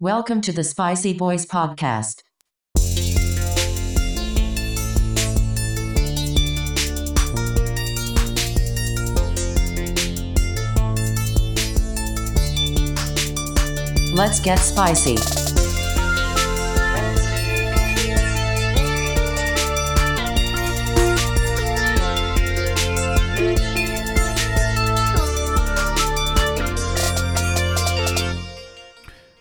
Welcome to the Spicy Boys Podcast. Let's get spicy.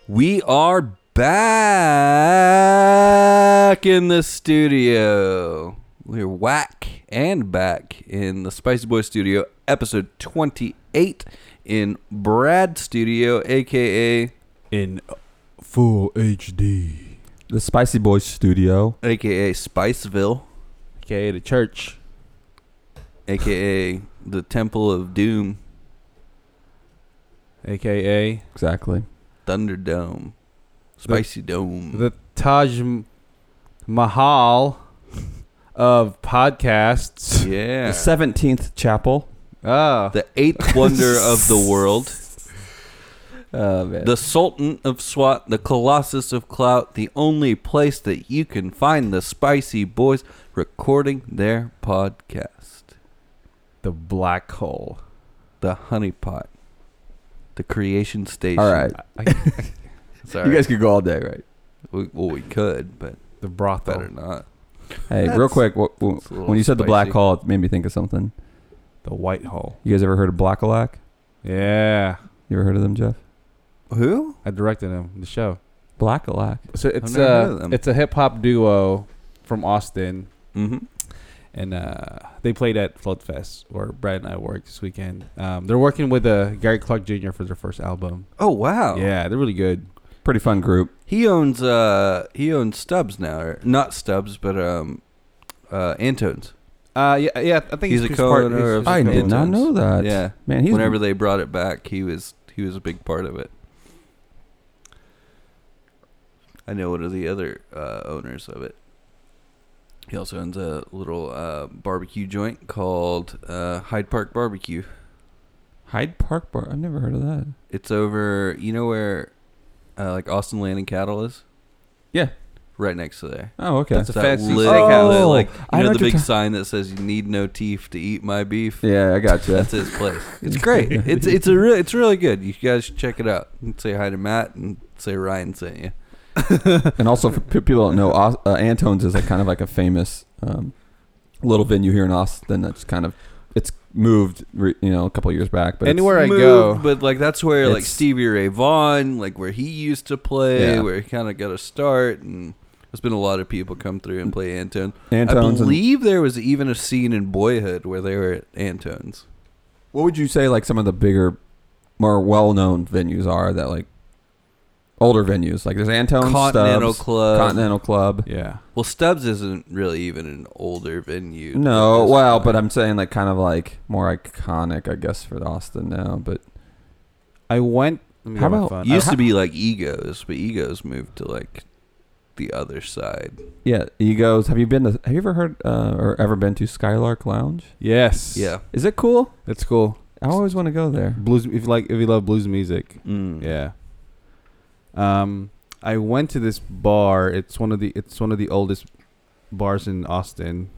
We are back in the studio. We're whack and back in the Spicy Boy studio, episode 28 in Brad Studio, aka in full HD. The Spicy Boys Studio. aka Spiceville, Okay, the church. aka the Temple of Doom, AKA Exactly. Thunderdome, Spicy Dome. the Taj M- Mahal of podcasts. yeah. The 17th Chapel. Oh. The eighth wonder of the world. Oh, man. The Sultan of SWAT, the Colossus of Clout, the only place that you can find the Spicy Boys recording their podcast. The black hole. The Honeypot. The Creation Station. all right. Sorry. You Oh. guys could go all day, right? we, well, we could, but The brothel. better not. Hey, That's- real quick, wh- wh- it's a little when you said the spicy. black hole, it made me think of something. The white hole. You guys ever heard of Blackalack? Yeah. You ever heard of them, Jeff? Who? I directed him the show. Blackalack. So it's never heard of uh them. it's a hip hop duo from Austin Mm-hmm. and uh they played at Flood Fest where Brad and I worked this weekend. Um they're working with uh Gary Clark Jr. for their first album. Oh wow. Yeah, they're really good. Pretty fun group. He owns uh he owns Stubbs now, or not Stubbs, but um uh Antones. Uh, yeah, yeah. I think He's a he's, he's part. co-owner he's- of he's a I co-owner. did not Antones. know that. yeah. Man, he's Whenever they brought it back, he was he was a big part of it. I know one of the other uh, owners of it. He also owns a little uh, barbecue joint called uh, Hyde Park Barbecue. Hyde Park Bar. I've never heard of that. It's over, you know where, uh, like Austin Land and Cattle is. Yeah. right next to there. Oh, okay. That's a It's that fancy little- steakhouse. that, Oh, like I you know know what the you're big ta- sign that says "You need no teeth to eat my beef." yeah, I got you. That's his place. It's great. It's it's a re- it's really good. You guys should check it out. And say hi to Matt and say Ryan sent you. and also, for pe- people don't know, Aus- uh, Antone's is like kind of like a famous um, little venue here in Austin that's kind of it's moved, re- you know, a couple years back. But it's- Anywhere I Moved, go, but like that's where like It's- Stevie Ray Vaughan, like where he used to play, Yeah. where he kind of got a start, and there's been a lot of people come through and play Antone. I Antone's and- believe there was even a scene in Boyhood where they were at Antone's. What would you say like some of the bigger, more well-known venues are that like older venues? Like there's Antone's, Continental Stubbs, Club. Continental Club. yeah, Well, Stubbs isn't really even an older venue. No, It's- well, but I'm saying like kind of like more iconic, I guess, for Austin now. But I went. Let me How get my about phone. Uh, used I- to be like Egos, but Egos moved to like the other side. yeah, egos. Have you been? To, have you ever heard uh, or ever been to Skylark Lounge? yes, Yeah. Is it cool? that's cool. I always want to go there. Blues. If you like, if you love blues music, Mm. yeah. Um, I went to this bar. It's one of the. It's one of the oldest bars in Austin.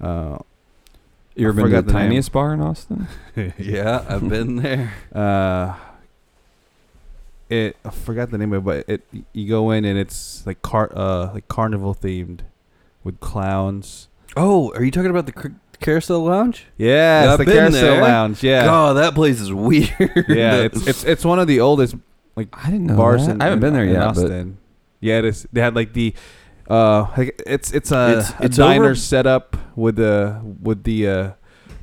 Uh, You I ever been to forgot the the name. tiniest bar in Austin? Yeah, I've been there. uh, it. I forgot the name of it, but it. You go in and it's like car. Uh, like carnival themed, with clowns. Oh, are you talking about the cr- Carousel Lounge? Yeah, Yeah, I've it's the been Carousel there. Lounge. Yeah, God, that place is weird. yeah. it's, it's it's one of the oldest I didn't know. bars. that. In, I haven't been there in yet, but Austin. yeah, it is. They had like the, uh, like, it's it's a, It's- a it's diner over- set up with the with the uh,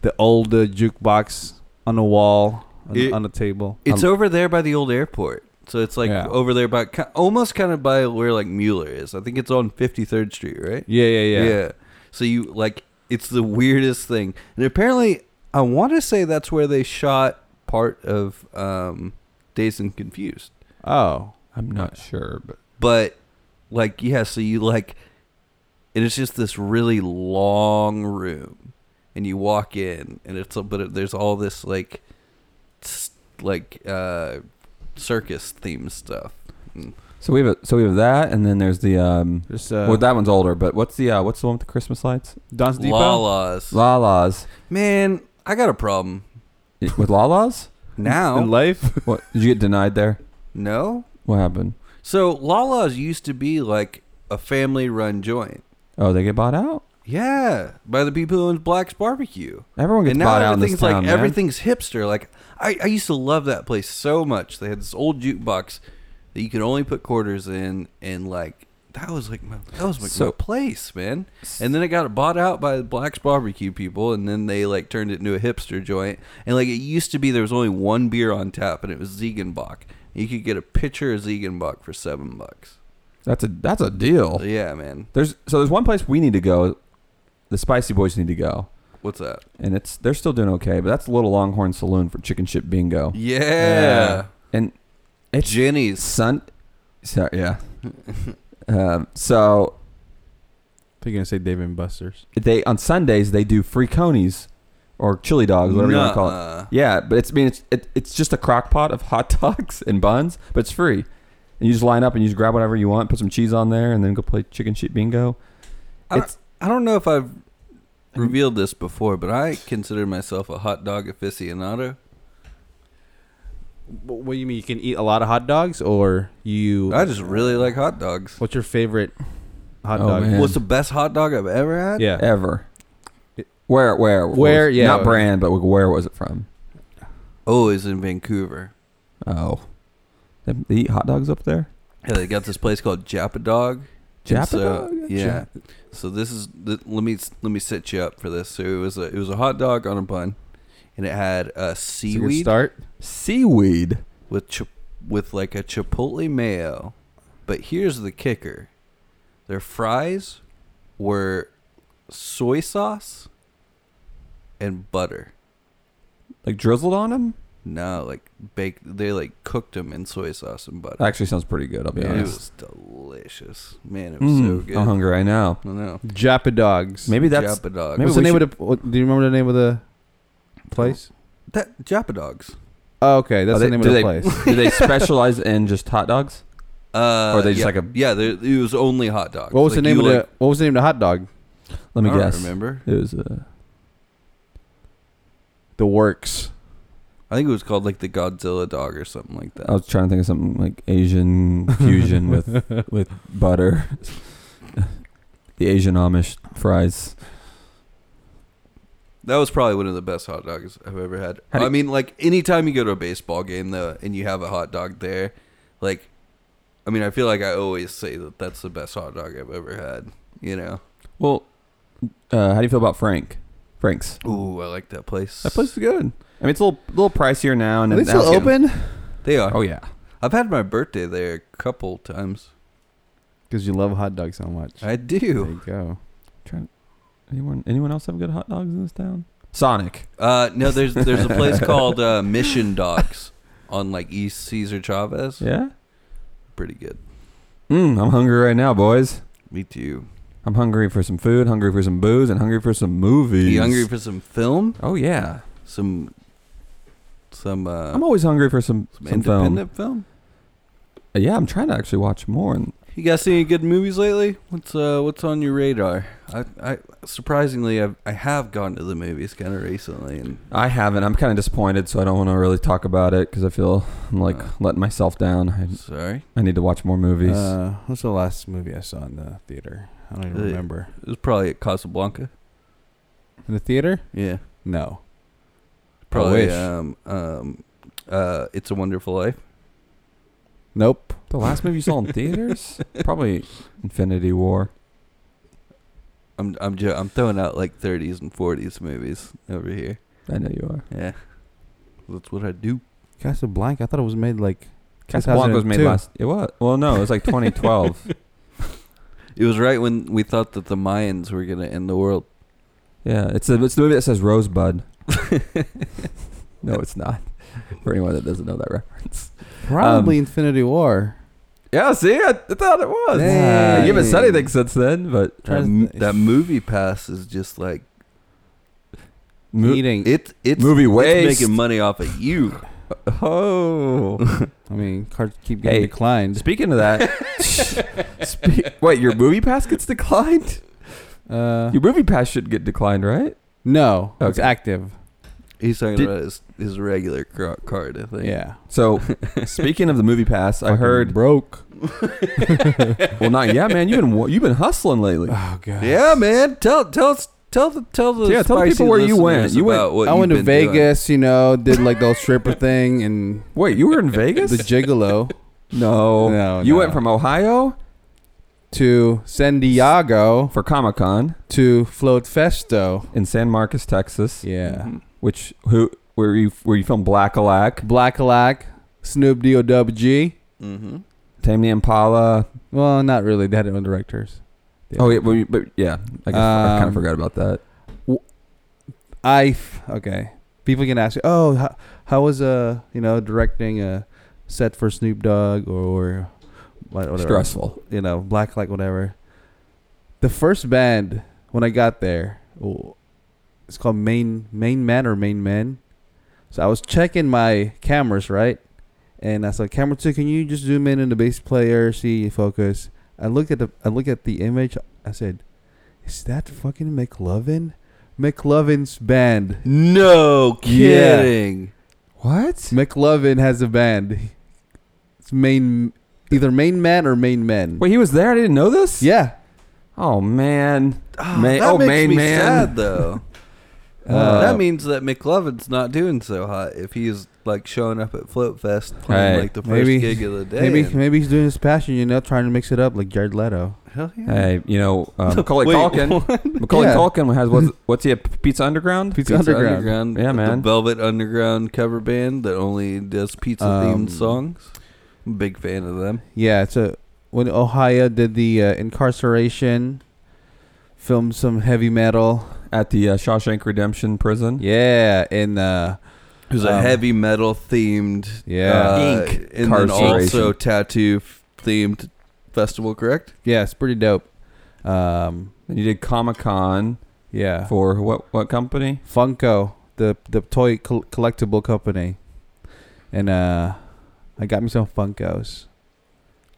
the old uh, jukebox on the wall on, It- on the table. Um, It's over there by the old airport. So it's like Yeah. over there by ki- almost kind of by where like Mueller is. I think it's on 53rd Street, right? yeah, yeah, yeah, So you like it's the weirdest thing. And apparently I want to say that's where they shot part of um Dazed and Confused. Oh, I'm not sure. But But like yeah, so you like and it's just this really long room and you walk in and it's a but it- there's all this like s- like uh circus theme stuff. And So we have a, so we have that, and then there's the um. Just uh, well, that one's older, but what's the uh, what's the one with the Christmas lights? Don's Depot. Lala's. Lalas. Man, I got a problem Y- With Lalas? now. in life. What did you get denied there? no. What happened? So Lala's used to be like a family-run joint. Oh, they get bought out. Yeah, by the people who owns Black's Barbecue. Everyone gets and now bought out in this everything's town, like man. everything's hipster. Like I, I used to love that place so much. They had this old jukebox that you could only put quarters in, and like that was like my that was like my So- place, man. And then it got bought out by Black's Barbecue people, and then they like turned it into a hipster joint. And like it used to be, there was only one beer on tap, and it was Ziegenbach. You could get a pitcher of Ziegenbach for seven bucks. That's a that's a deal. So, yeah, man. There's so there's one place we need to go. The Spicy Boys need to go, What's that? and it's they're still doing okay, but that's Little Longhorn Saloon for chicken chip bingo. Yeah, and it's Jenny's. Sun. So, yeah. um, so They're gonna say Dave and Buster's. they on Sundays they do free conies or chili dogs, whatever you want to call it. Nuh-uh. Yeah, but it's I mean it's it, it's just a crock pot of hot dogs and buns, but it's free. And you just line up and you just grab whatever you want, put some cheese on there, and then go play chicken shit bingo. I don't- It's- I don't know if I've revealed this before, but I consider myself a hot dog aficionado. What do you mean? You can eat a lot of hot dogs, or you? I just really like hot dogs. What's your favorite hot Oh, dog? man. What's the best hot dog I've ever had? Yeah. Ever. Where where what Where- was- yeah. not brand, but where was it from? Oh, it's in Vancouver. Oh, they, they eat hot dogs up there. Yeah, they got this place called Japa Dog. And Japa so- dog? uh, Yeah. So this is th- let me let me set you up for this. So it was a it was a hot dog on a bun, and it had uh, So you can seaweed start. Seaweed. with chip with like a chipotle mayo. But here's the kicker: their fries were soy sauce and butter. Like drizzled on them. No, like baked. They like cooked them in soy sauce and butter. Actually, sounds pretty good. I'll be Yeah. it honest. was delicious, man. It was so Mm, good. I'm hungry right now. I know. Japa dogs. Maybe that's Japa dogs. maybe What's we the name of the? What, do you remember the name of the place? that Japa dogs. Oh, okay, that's Are the they- name do of the they- place. Do they specialize in just hot dogs? Uh, Or they just yeah, like a- yeah. There, it was only hot dogs. What was the Like, name you, of the? like- What was the name of the hot dog? Let me I don't guess. Remember, It was uh, The Works. I think it was called like the Godzilla dog or something like that. I was trying to think of something like Asian fusion with with butter. the Asian Amish fries. That was probably one of the best hot dogs I've ever had. How do I you- mean, like anytime you go to a baseball game though, and you have a hot dog there, like, I mean, I feel like I always say that that's the best hot dog I've ever had. You know, Well, uh, how do you feel about Frank? Frank's. ooh, I like that place. That place is good. I mean, it's a little little pricier now, and Are they it's still now it's getting- open? They are. Oh yeah. I've had my birthday there a couple times. Because you love hot dogs so much. I There do. you go. Trying, anyone anyone else have good hot dogs in this town? Sonic. Uh, no, there's there's a place called uh, Mission Dogs on like East Caesar Chavez. Yeah. Pretty good. Mm, I'm hungry right now, boys. Me too. I'm hungry for some food, hungry for some booze, and hungry for some movies. You hungry for some film? oh yeah. Some some uh, I'm always hungry for some some some, film. independent film? Uh, Yeah, I'm trying to actually watch more. And You guys seen any good movies lately? What's uh what's on your radar? I, I surprisingly I've, I have gone to the movies kind of recently and I haven't. I'm kind of disappointed, so I don't want to really talk about it because I feel I'm like Uh. letting myself down. I, sorry I need to watch more movies. Uh, what's the last movie I saw in the theater? I don't even Uh, remember. it was probably at Casablanca. In the theater? Yeah, No. probably wish. um um uh It's a Wonderful Life. Nope. the last movie you saw in theaters? Probably Infinity War. I'm I'm jo- I'm throwing out like 30s and 40s movies over here. I know you are. Yeah, that's what I do. Casablanca. I thought it was made like. Casablanca was made 2002. last. It was. Well, no, it was like 2012. It was right when we thought that the Mayans were gonna end the world. yeah, it's the it's the movie that says Rosebud. no, it's not. For anyone that doesn't know that reference. Probably Infinity War. Yeah, see, I, I thought it was. Hey. You haven't said anything since then, but That, m- that movie pass is just like mo- Eating. it it's Movie it's waste. making money off of you. Oh. I mean, cards keep getting Hey. declined. Speaking of that, spe- wait, your movie pass gets declined? Uh, Your movie pass should get declined, right? no, it's Okay. active. He's talking Did- about his, his regular cro- card, I think. Yeah, So, speaking of the movie pass, I Fucking heard. broke. Well, not yeah, man. You've been wa- you've been hustling lately. Oh god. Yeah, man. Tell tell us tell the tell the Yeah, tell the spicy people where you went. listeners You went- about what I you've went to been doing. Vegas, you know, did like the old stripper thing and Wait, you were in Vegas? the gigolo no, No, You no. went from Ohio to San Diego for Comic Con to Float Festo. in San Marcos, Texas. Yeah. Mm-hmm. Which who where you where you filmed Black Alack, Black Alack, Snoop D-O-W-G. Mm-hmm. Tame Impala. Well, not really. They had own directors. Yeah. Oh yeah, but, but yeah, I, guess I kind Um, of forgot about that. I f- okay. People can ask, oh, how, how was uh you know directing a set for Snoop Dogg or, or what- whatever Stressful. you know Black Light whatever. The first band when I got there, w- it's called Main Main Man or Main Men. So I was checking my cameras right, and I said, camera two, can you just zoom in in the bass player, see focus? I looked at the I looked at the image. I said, is that fucking McLovin? McLovin's band. No Yeah. kidding. What? McLovin has a band. It's main, either main man or main men. Wait, he was there. I didn't know this. Yeah. Oh man. Oh, Ma- that oh, makes main me man. sad though. Uh, that means that McLovin's not doing so hot if he's like showing up at Float Fest playing Hey, like the first maybe- gig of the day. Maybe and- maybe he's doing his passion, you know, trying to mix it up like Jared Leto. Hell yeah. Hey, you know uh, Macaulay Wait, Culkin. Macaulay Yeah. Culkin has what's, what's he at Pizza Underground? Pizza Underground. Yeah, man. The Velvet Underground cover band that only does pizza themed Um, songs. I'm a big fan of them. Yeah, it's a when Ohio did the uh, incarceration, filmed some heavy metal. at the uh, Shawshank Redemption prison. Yeah, and uh, It was a um, heavy metal themed, Yeah. uh, Ink and then also incarceration. tattoo themed festival. Correct? yeah, it's pretty dope. Um, And you did Comic Con yeah, for what what company? Funko, the the toy col- collectible company, and uh, I got me some Funkos.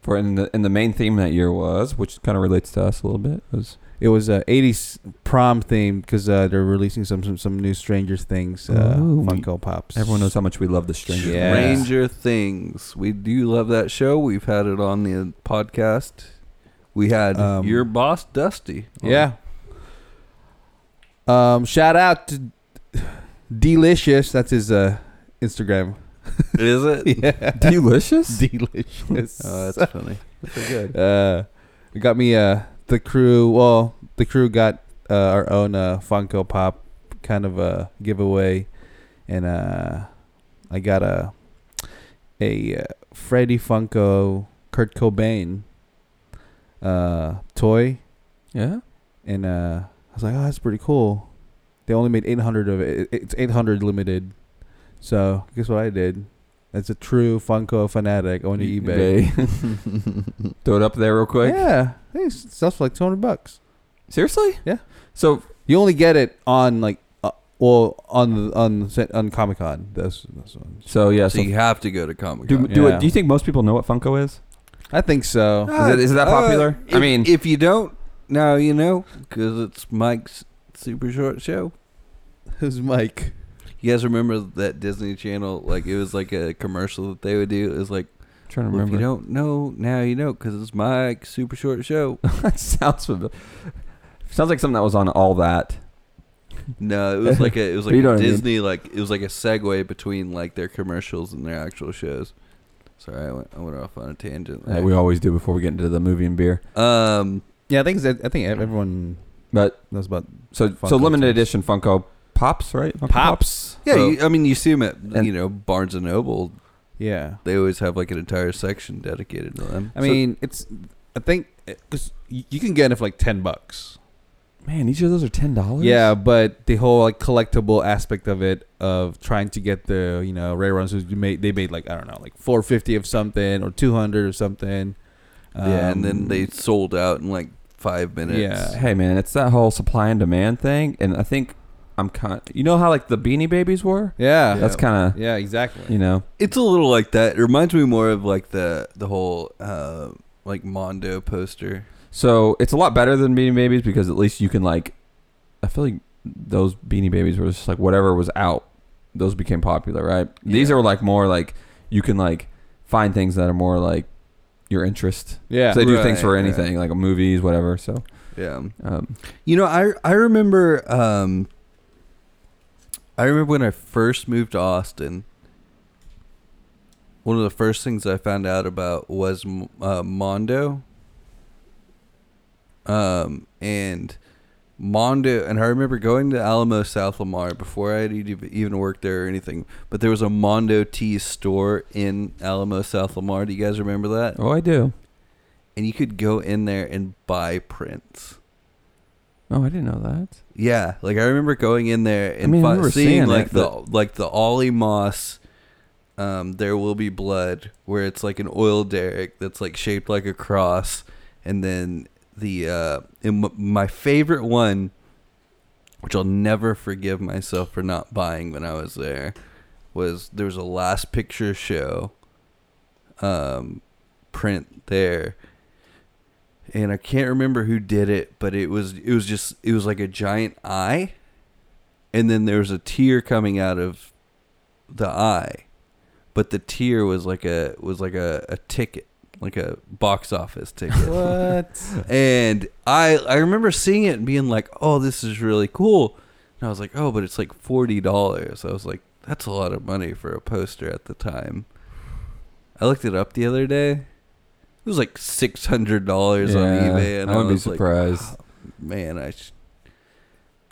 For and the and the main theme that year was, which kind of relates to us a little bit, was It was a '80s prom theme because uh, they're releasing some, some some new Stranger Things uh, Ooh. Funko Pops. everyone knows how much we love the Stranger. Yeah. Things. Ranger Things. We do love that show. We've had it on the podcast. We had Um, your boss Dusty. on. Yeah. Um, shout out to Delicious. That's his uh, Instagram. is it? Yeah. Delicious. Delicious. Oh, that's funny. That's good. uh, it got me uh the crew. Well, the crew got uh, our own uh, Funko Pop kind of a giveaway, and uh, I got a a uh, Freddie Funko Kurt Cobain uh toy yeah. and uh, I was like, oh, that's pretty cool. They only made 800 of it. It- It's 800 limited. So guess what I did? That's a true Funko fanatic on eBay. eBay. Throw it up there real quick. Yeah, hey, it sells for like 200 bucks. Seriously? Yeah. So You only get it on like, uh, well, on the- on the set- on Comic Con. That's that's one. so yeah. So So, you have to go to Comic do Con. do, Yeah. do you think most people know what Funko is? I think so. Is it- is it that popular? I Uh, if- mean- if you don't, now you know because it's Mike's super short show. Who's Mike? You guys remember that Disney Channel? Like it was like a commercial that they would do. It was like, I'm trying to well, if you remember. don't know, now you know because it's Mike's super short show. that sounds familiar. Sounds like something that was on all that. no, it was like a it was like You know a what I mean. Disney like it was like a segue between like their commercials and their actual shows. Sorry, I went, I went off on a tangent. that there. we always do before we get into the movie and beer. um, Yeah, I think it's- I think everyone But knows about so so Funko limited Pops. edition Funko Pops, right? Funko yeah, So- you, I mean, you see them at And- you know Barnes and Noble. Yeah. They always have like an entire section dedicated to them. I So- mean, it's I think because you can get it for like 10 bucks. Man, each of those are ten dollars. Yeah, but the whole like collectible aspect of it, of trying to get the you know rare ones, who's made they made like I don't know like four fifty of something or two hundred or something. yeah, and Um, then they sold out in like five minutes. yeah. Hey man, it's that whole supply and demand thing, and I think I'm kind. You know how like the Beanie Babies were? Yeah. That's kind of yeah, exactly. you know. It's a little like that. It reminds me more of like the the whole uh, like Mondo poster. So it's a lot better than Beanie Babies because at least you can like. I feel like those Beanie Babies were just like whatever was out, those became popular, right? These Yeah. are like more like you can like find things that are more like your interest. Yeah. So they do things Right, for right. anything, like movies, whatever. So Yeah. um, You know, I I remember um I remember when I first moved to Austin. One of the first things I found out about was m- uh, Mondo. Um and Mondo, and I remember going to Alamo South Lamar before I had e- even worked there or anything. But there was a Mondo tea store in Alamo South Lamar. Do you guys remember that? oh, I do. And you could go in there and buy prints. Oh, I didn't know that. Yeah, like I remember going in there and mean, fi- we were seeing seeing like it, the like the Ollie Moss, um, there will be blood, where it's like an oil derrick that's like shaped like a cross, and then the uh, and m- my favorite one, which I'll never forgive myself for not buying when I was there, was there was a last picture show, um, print there and I can't remember who did it, but it was it was just it was like a giant eye, and then there was a tear coming out of the eye, but the tear was like a was like a, a ticket, like a box office ticket. What? and I I remember seeing it and being like, oh, this is really cool, and I was like, oh, but it's like forty dollars. I was like, that's a lot of money for a poster at the time. I looked it up the other day. It was like six hundred dollars on Yeah, eBay, and I I, wouldn't be was like, surprised. man, I sh-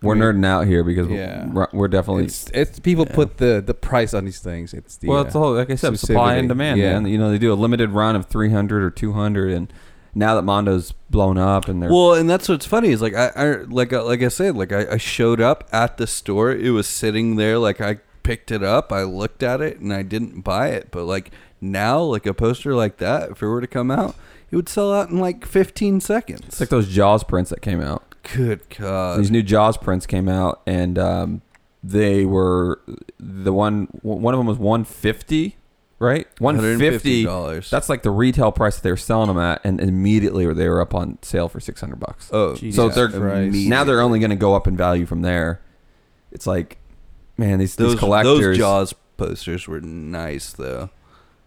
we're nerding out here because Yeah. we're, we're definitely it's, it's people Yeah. put the the price on these things. It's the Well, uh, it's all like I said, supply Exclusivity. and demand, Yeah. man. You know, they do a limited run of 300 or 200, and now that Mondo's blown up and they're well, and that's what's funny is like I, I like I- like I said, like I, I showed up at the store. It was sitting there, like I picked it up, I looked at it, and I didn't buy it. But like now, like a poster like that, if it were to come out, it would sell out in like fifteen seconds. it's like those Jaws prints that came out. Good God! These new Jaws prints came out, and um, they were the one. One of them was 150, right? 150. dollars. That's like the retail price that they were selling them at, and immediately they were up on sale for 600 bucks. oh, so they're Christ. immediate. now they're only going to go up in value from there. It's like, man, these, those these collectors. Those Jaws posters were nice though.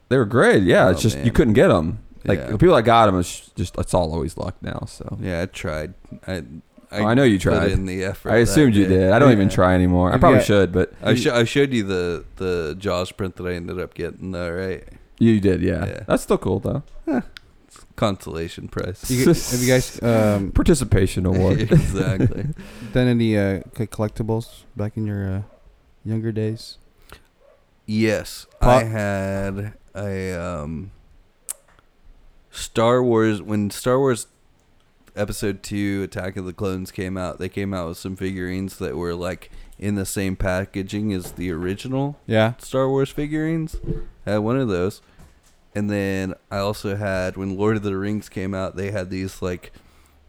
They were great. Yeah, it's Oh, just man. you couldn't get them. Like Yeah. the people that got them, it's just it's all always luck now. So Yeah, I tried. I Oh, I know you put tried. in the effort. I that assumed you day. did. I don't even Yeah. try anymore. I You've probably got- should, but I, sho- I showed you the the Jaws print that I ended up getting though, right? you did. Yeah, Yeah. that's still cool though. Consolation prize. You, g- have you guys um, Participation award. exactly. done any uh, co- collectibles back in your uh, younger days? Yes, I Pop- had a um, Star Wars when Star Wars Episode Two: Attack of the Clones came out. They came out with some figurines that were like in the same packaging as the original Yeah. Star Wars figurines. I had one of those. And then I also had when Lord of the Rings came out, they had these like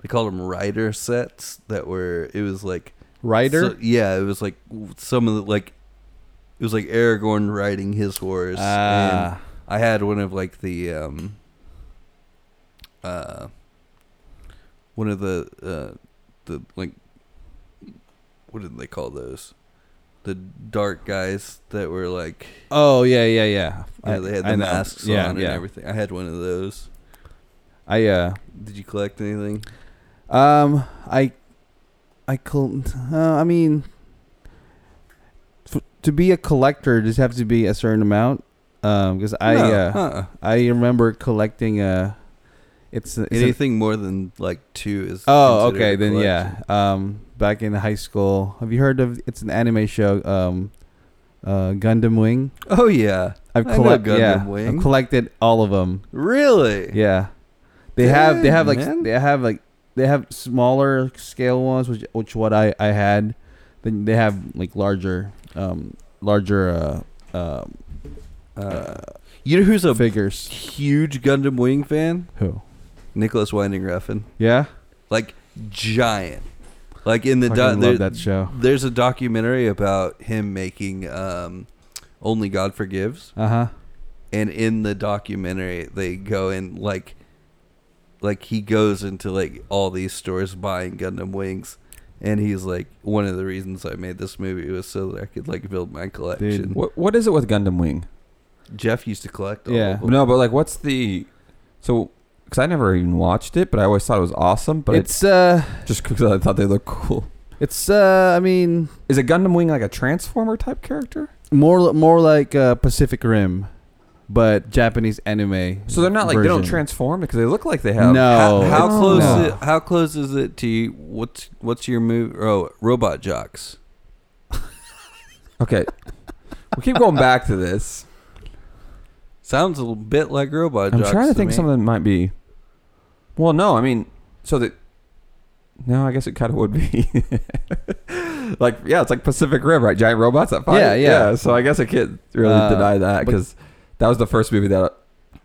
they called them rider sets that were it was like Rider. so- yeah, it was like w- some of the like it was like Aragorn riding his horse. and Ah. I had one of like the um uh one of the uh the like what did they call those? The dark guys that were like oh yeah, yeah, yeah. yeah, they had the know. masks yeah, on yeah. and everything. I had one of those. I uh, Did you collect anything? Um, I, I col- uh, I mean, f- to be a collector, just have to be a certain amount. Um, because I, No, uh, uh-uh. I remember collecting. Uh, it's, it's a- anything more than like two is. oh, considered okay, a then collection. yeah. Um, back in high school, have you heard of? It's an anime show. Um, uh, Gundam Wing. Oh yeah, I've I know collected. Gundam Yeah, Wing. I've collected all of them. really? Yeah, they have they Dang, have like s- man. they have like they have smaller scale ones, which which what I I had. Then they have like larger, um, larger uh, um Uh, you know who's a figures. huge Gundam Wing fan? Who? Nicholas Winding Refn. Yeah. Like giant. Like in the Fucking doc, love there- that show. There's a documentary about him making um, "Only God Forgives," Uh huh. and in the documentary, they go and like, like he goes into like all these stores buying Gundam wings, and he's like, one of the reasons I made this movie was so that I could like build my collection. What what is it with Gundam Wing? Jeff used to collect. All Yeah. of them. No, but like, what's the so? Because I never even watched it, but I always thought it was awesome. But it's, it's uh, just because I thought they looked cool. it's uh, I mean, Is a Gundam Wing like a Transformer type character? more more like uh, Pacific Rim, but Japanese anime. So they're not like they don't version. transform because they look like they have. No. How, how Oh, it's- close? no. It, how close is it to you? what's what's your move? Oh, robot jocks. Okay. we keep going back to this. Sounds a little bit like robot. I'm jocks trying to think me. something that might be. Well, no, I mean, so that. No, I guess it kind of would be. like, yeah, it's like Pacific Rim, right? Giant robots that fight. Yeah, yeah. so I guess I can't really Uh, deny that but- because that was the first movie that,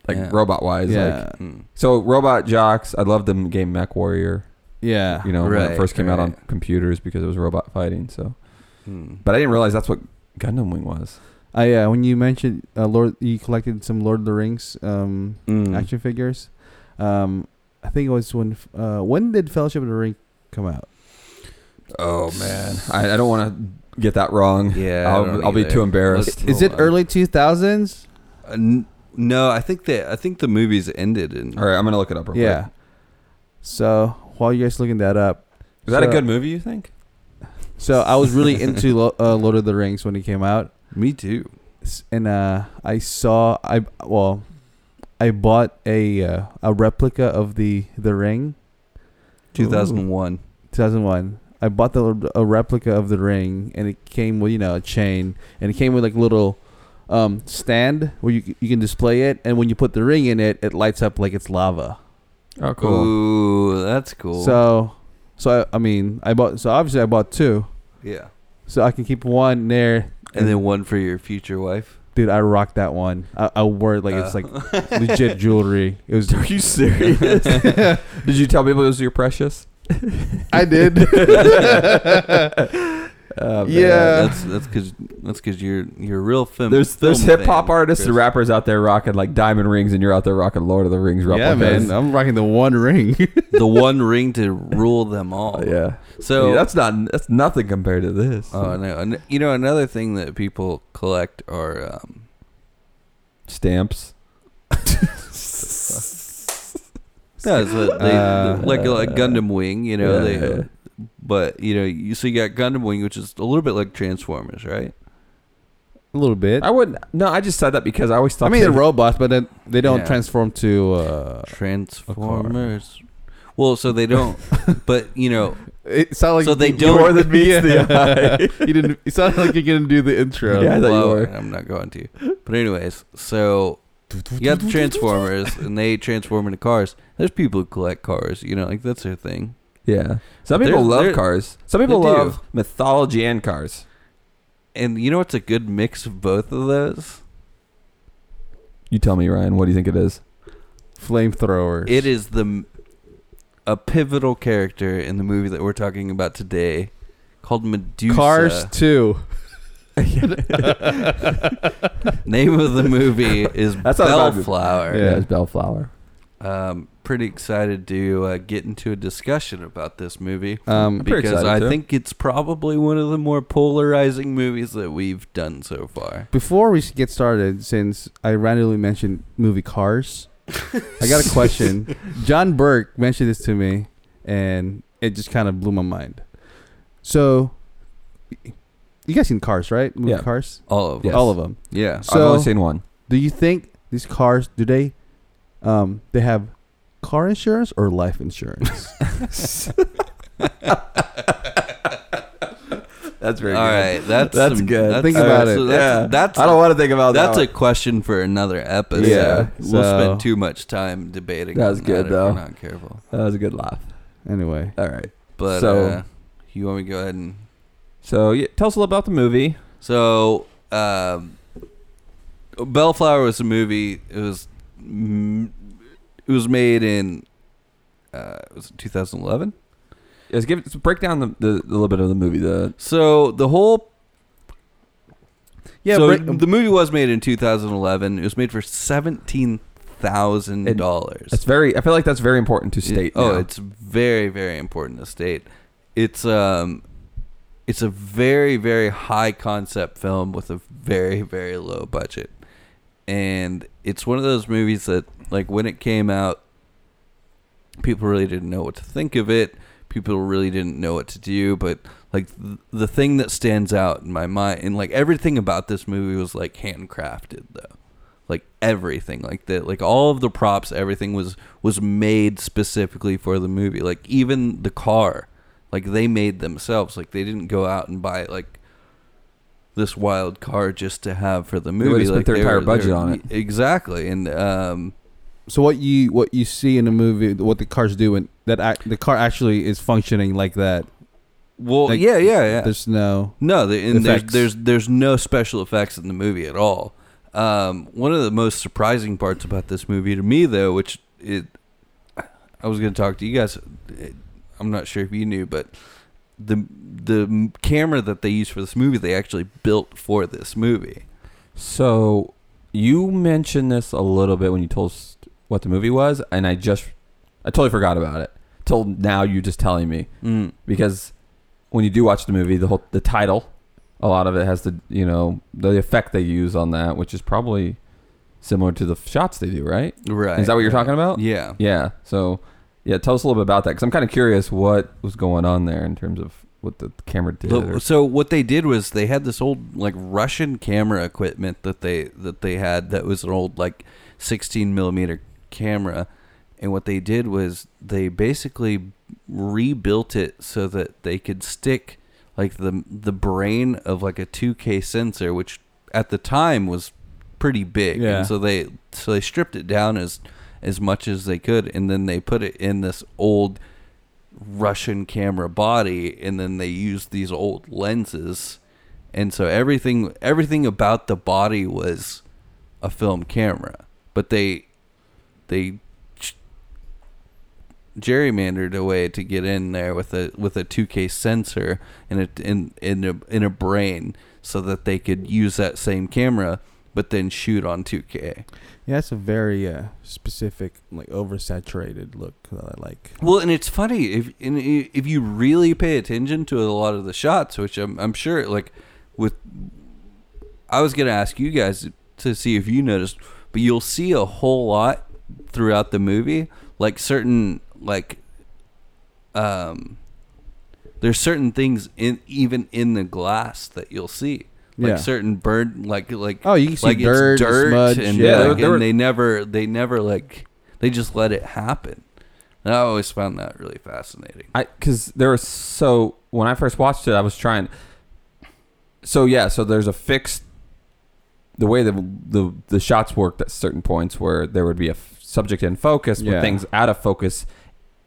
like, Yeah. robot wise, Yeah, like. Mm. So robot jocks, I love the game Mech Warrior. yeah. You know, when Right, it first came out on right. computers because it was robot fighting. So, Mm. but I didn't realize that's what Gundam Wing was. I uh, when you mentioned uh, Lord, you collected some Lord of the Rings um Mm. action figures. Um, I think it was when uh when did Fellowship of the Ring come out? Oh I, I don't want to get that wrong. Yeah, I don't I'll, I'll be either. too embarrassed. Let's- Is it Hold on. early two thousands? Uh, n- no, I think that I think the movies ended in. All right, I'm gonna look it up. Real Yeah. quick. So while you guys looking that up, is that So- a good movie? You think? so I was really into Lo- uh, Lord of the Rings when it came out. Me too. S- and uh, I saw I well, I bought a uh, a replica of the the ring. 2001. 2001. I bought the a replica of the ring, and it came with you know a chain, and it came with like little um, stand where you you can display it, and when you put the ring in it, it lights up like it's lava. Oh, Ooh, that's cool. So, so I, I mean, I bought so obviously I bought two, yeah, so I can keep one there. and then one for your future wife. dude, I rocked that one. I, I wore it like it's like legit jewelry. It was Are you serious? Did you tell people it was your precious? Oh, I did. Uh, Yeah. that's that's because that's because you're you're a real film. There's there's film hip hop fan, artists and Oh, Chris. rappers out there rocking like diamond rings, and you're out there rocking Lord of the Rings yeah, replicas. man, I'm rocking the one ring. the one ring to rule them all. Oh, yeah. So Yeah, that's not that's nothing compared to this. Oh no! And, you know another thing that people collect are um, Stamps. no, it's what they, Uh, like like Gundam Wing. You know yeah, they, yeah. but you know you so you got Gundam Wing, which is a little bit like Transformers, right? a little bit. I wouldn't. No, I just said that because I always thought. I mean, they're they- robots, but then they don't Yeah. transform to. Uh, Transformers. Well, so they don't, but you know, it sounded like So they you- don't- More than meets the eye. you didn't. It sounded like you're gonna do the intro. Yeah, I thought you well, were. I'm not going to. But anyways, so you got the Transformers, and they transform into cars. There's people who collect cars. You know, like that's their thing. Yeah. Some They're- people love they're- cars. Some people they do. love mythology and cars. And you know what's a good mix of both of those? You tell me, Ryan. What do you think it is? Flamethrowers. It is the a pivotal character in the movie that we're talking about today, called Medusa. Cars too. Name of the movie is That's not a bad movie. Bellflower. Yeah. it's Bellflower. Um, pretty excited to uh, get into a discussion about this movie Um, pretty because excited I too. think it's probably one of the more polarizing movies that we've done so far. before we get started, since I randomly mentioned movie Cars, I got a question. John Burke mentioned this to me, and it just kind of blew my mind. So, you guys seen Cars, right? Movie Yeah. Cars, All of Yes. all of them. yeah. I've So- only seen one. Do you think these cars do they um they have car insurance or life insurance? That's All very right, that's That's some- good. That's, Think about that's- it. That's, Yeah. that's I don't want to think about That's a that. question for another episode. Yeah, we'll so- spend too much time debating. That's on that good, if we're though. not careful. That's a that was a good laugh. anyway. All right. But So- uh, you want me to go ahead and So yeah, tell us a little about the movie. so um, Bellflower was a movie. It was mm, it was made in uh, was it 2011. Let's give let's break down the, the, the little bit of the movie. The So the whole Yeah, so break- the movie was made in 2011. It was made for seventeen thousand dollars. it's very. I feel like that's very important to state. Oh, now. it's very very important to state. It's um, it's a very very high concept film with a very very low budget, and it's one of those movies that like when it came out, people really didn't know what to think of it. People really didn't know what to do, but like th- the thing that stands out in my mind, and like everything about this movie was like handcrafted though like everything like the like all of the props everything was was made specifically for the movie like even the car like they made themselves like they didn't go out and buy like this wild car just to have for the would've movie spent like their they entire were- budget they were- on it. exactly and um so what you what you see in the movie, what the cars do, and that act, the car actually is functioning like that. well Like, yeah yeah yeah There's no. No, the, and there's, Effects. there's there's no special effects in the movie at all. Um, one of the most surprising parts about this movie to me, though, which it, I was going to talk to you guys. It, I'm not sure if you knew, but the the camera that they used for this movie, they actually built for this movie. So you mentioned this a little bit when you told us what the movie was, and I just I totally forgot about it till now. You just telling me Mm. because when you do watch the movie, the whole the title, a lot of it has the you know the effect they use on that, which is probably similar to the shots they do, right? Right. Oh. Is that what you're talking about? Yeah. Yeah. So yeah, tell us a little bit about that because I'm kind of curious what was going on there in terms of what the camera did. The- or- so what they did was they had this old like Russian camera equipment that they that they had that was an old like 16 millimeter camera, and what they did was they basically rebuilt it so that they could stick like the the brain of like a 2K sensor, which at the time was pretty big, Yeah. and so they so they stripped it down as as much as they could, and then they put it in this old Russian camera body, and then they used these old lenses, and so everything everything about the body was a film camera, but they they ch- gerrymandered a way to get in there with a with a 2K sensor and a in in a in a brain so that they could use that same camera but then shoot on 2K. Yeah, it's a very uh, specific, like oversaturated look that I like. Well, and it's funny if and i- if you really pay attention to a lot of the shots, which I'm I'm sure like with I was gonna ask you guys to see if you noticed, but you'll see a whole lot throughout the movie, like certain like um there's certain things in even in the glass that you'll see. Like Yeah. certain bird like like Oh, you can see like it's dirt, smudge, and, yeah. like, There- there and were- they never they never like they just let it happen. And I always found that really fascinating. I because there was so when I first watched it, I was trying. So yeah, so there's a fixed the way the the the shots worked at certain points where there would be a f- subject in focus with Yeah. things out of focus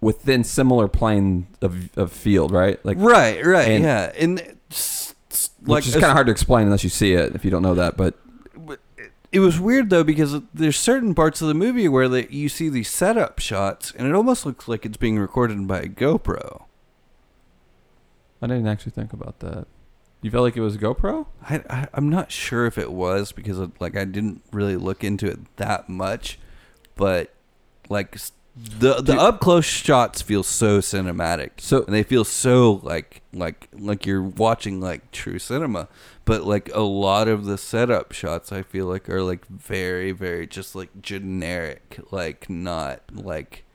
within similar plane of, of field, right? Like right, right, and- yeah, and it's, it's which is kind of hard to explain unless you see it if you don't know that. But it was weird though because there's certain parts of the movie where that you see these setup shots and it almost looks like it's being recorded by a GoPro. I didn't actually think about that. You felt like it was a GoPro? I, I I'm not sure if it was because of, like I didn't really look into it that much, but like s- the the Do- up close shots feel so cinematic. So and they feel so like like like you're watching like true cinema but like a lot of the setup shots i feel like are like very very just like generic like not like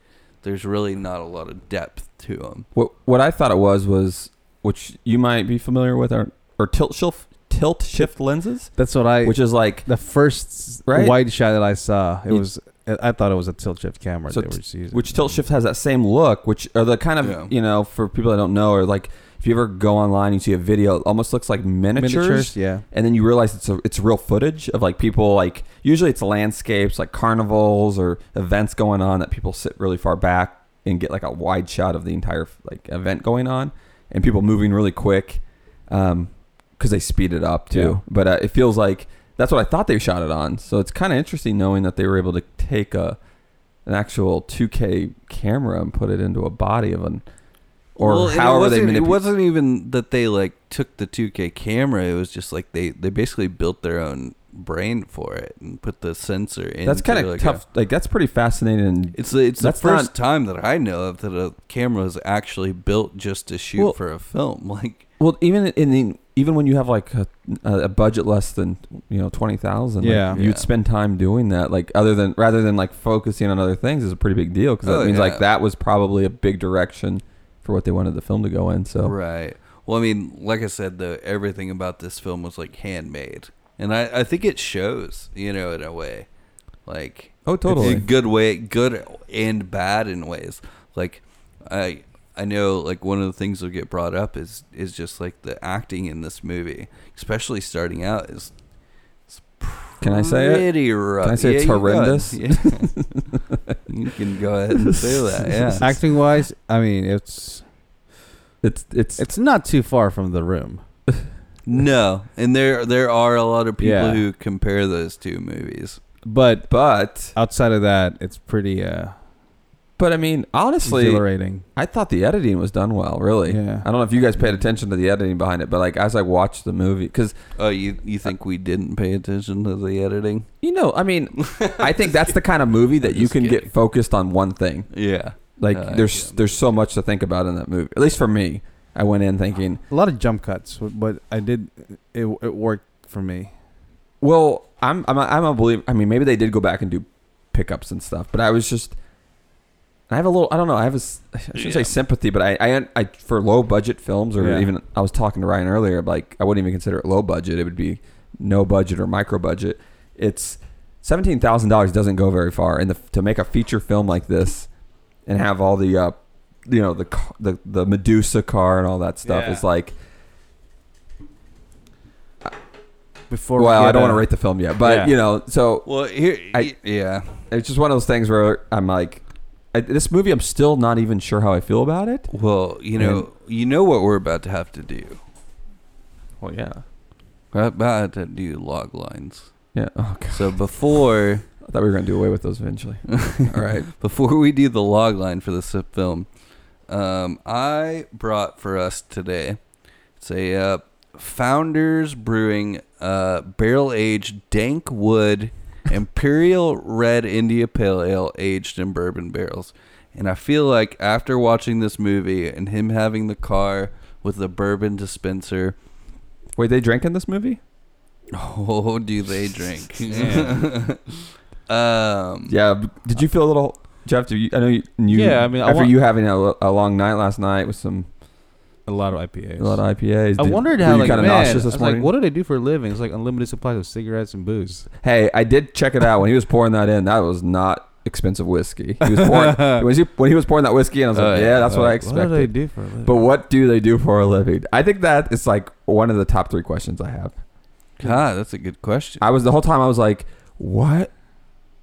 there's really not a lot of depth to them What what I thought it was was which you might be familiar with are or tilt shift tilt shift lenses, That's what I. which is like the first Right? wide shot that I saw, it You- was I I thought it was a tilt shift camera So they t- were using. which tilt shift has that same look, which are the kind of Yeah. you know for people that don't know or like if you ever go online you see a video, it almost looks like miniatures. yeah. And then you realize it's a, it's real footage of like people like usually it's landscapes like carnivals or events going on that people sit really far back and get like a wide shot of the entire like event going on and people moving really quick because they speed it up too. Yeah. But uh, it feels like that's what I thought they shot it on. So it's kind of interesting knowing that they were able to take a an actual 2K camera and put it into a body of an or Well, and it however they wasn't- It manipulate. wasn't even that they like took the 2K camera. It was just like they they basically built their own brain for it and put the sensor in. That's kind of tough. like that's pretty fascinating. And it's the- it's the That's first not- time that I know of that a camera is actually built just to shoot Well- for a film. Like well, even in the, even when you have like a, a budget less than you know twenty thousand, Yeah. you'd Yeah. spend time doing that. Like other than rather than like focusing on other things is a pretty big deal because that Oh, means yeah. like that was probably a big direction for what they wanted the film to go in. So Right. Well, I mean, like I said, though, everything about this film was like handmade, and I, I think it shows, you know, in a way, like Oh, totally. in good way, good and bad in ways. Like I I know like one of the things that get brought up is is just like the acting in this movie, especially starting out is. is Can I say it? pretty rough. Can I say it's you go ahead. horrendous? Yeah. you can go ahead and say that. Yeah. Acting wise, I mean, it's it's it's it's not too far from the room. No, and there there are a lot of people Yeah. who compare those two movies. But but outside of that, it's pretty uh, but I mean honestly, exhilarating. I thought the editing was done well. Really, Yeah. I don't know if you guys paid attention to the editing behind it, but like as I watched the movie, because Oh, you you think we didn't pay attention to the editing? you know, I mean, I think that's the kind of movie that you Just can kidding. get focused on one thing. Yeah. Like Uh, there's yeah. there's so much to think about in that movie. At least for me, I went in thinking, A lot of jump cuts, but I did it. It worked for me. well, I'm I'm a, I'm a believer. I mean, maybe they did go back and do pickups and stuff, but I was just. I have a little. I don't know. I have a. s- I shouldn't Yeah. say sympathy, but I, I, I, for low budget films, or Yeah. even I was talking to Ryan earlier. Like I wouldn't even consider it low budget. It would be no budget or micro budget. It's seventeen thousand dollars doesn't go very far, and the, to make a feature film like this, and have all the, uh, you know, the ca- the the Medusa car and all that stuff Yeah. is like. Before Well, we I get, don't uh, want to rate the film yet, but Yeah. you know, so Well, here, I- yeah, it's just one of those things where I'm like, I, this movie, I'm still not even sure how I feel about it. Well, you know, you know what we're about to have to do. Well, yeah, We're about to do log lines. yeah. Oh, God. So before I thought we were gonna do away with those eventually. All right. before we do the log line for this film, um, I brought for us today. It's a uh, Founders Brewing uh, barrel aged dank wood Imperial Red India Pale Ale aged in bourbon barrels. And I feel like after watching this movie and him having the car with the bourbon dispenser, Wait, they drank in this movie? Oh, do they drink? Yeah. um, Yeah. b- Did you feel a little, Jeff? Do you, I know you, you. Yeah, I mean, I after want- you having a, a long night last night with some a lot of IPAs. a lot of IPAs. I did- wondered were how you like kinda man, nauseous this I was like, morning? what do they do for a living? It's like unlimited supplies of cigarettes and booze. Hey, I did check it out when he was pouring that in. That was not expensive whiskey. He was pouring when, he, when he was pouring that whiskey, and I was Oh, like, yeah. yeah, that's what I Like, What do they expected. do for a living? But what do they do for a living? I think that is like one of the top three questions I have. God, that's a good question. I was the whole time I was like, what?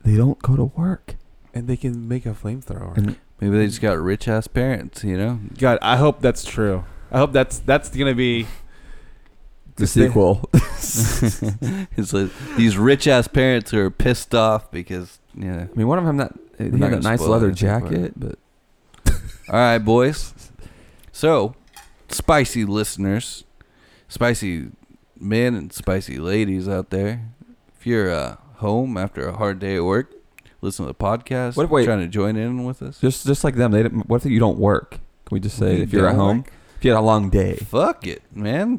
They don't go to work. and they can make a flamethrower. And- Maybe they just got rich ass parents, you know? God, I hope that's true. I hope that's that's gonna be The sequel. it's like these rich ass parents who are pissed off because yeah. I mean, one of them that he not had gonna that nice spoil leather anything for jacket, but All right, boys. So, spicy listeners, spicy men and spicy ladies out there, if you're uh, home after a hard day at work, listen to the podcast. What if- wait. trying to join in with us? just just like them, they didn't, what if you don't work? Can we just say if you're at Don't home, work? if you had a long day? Fuck it, man.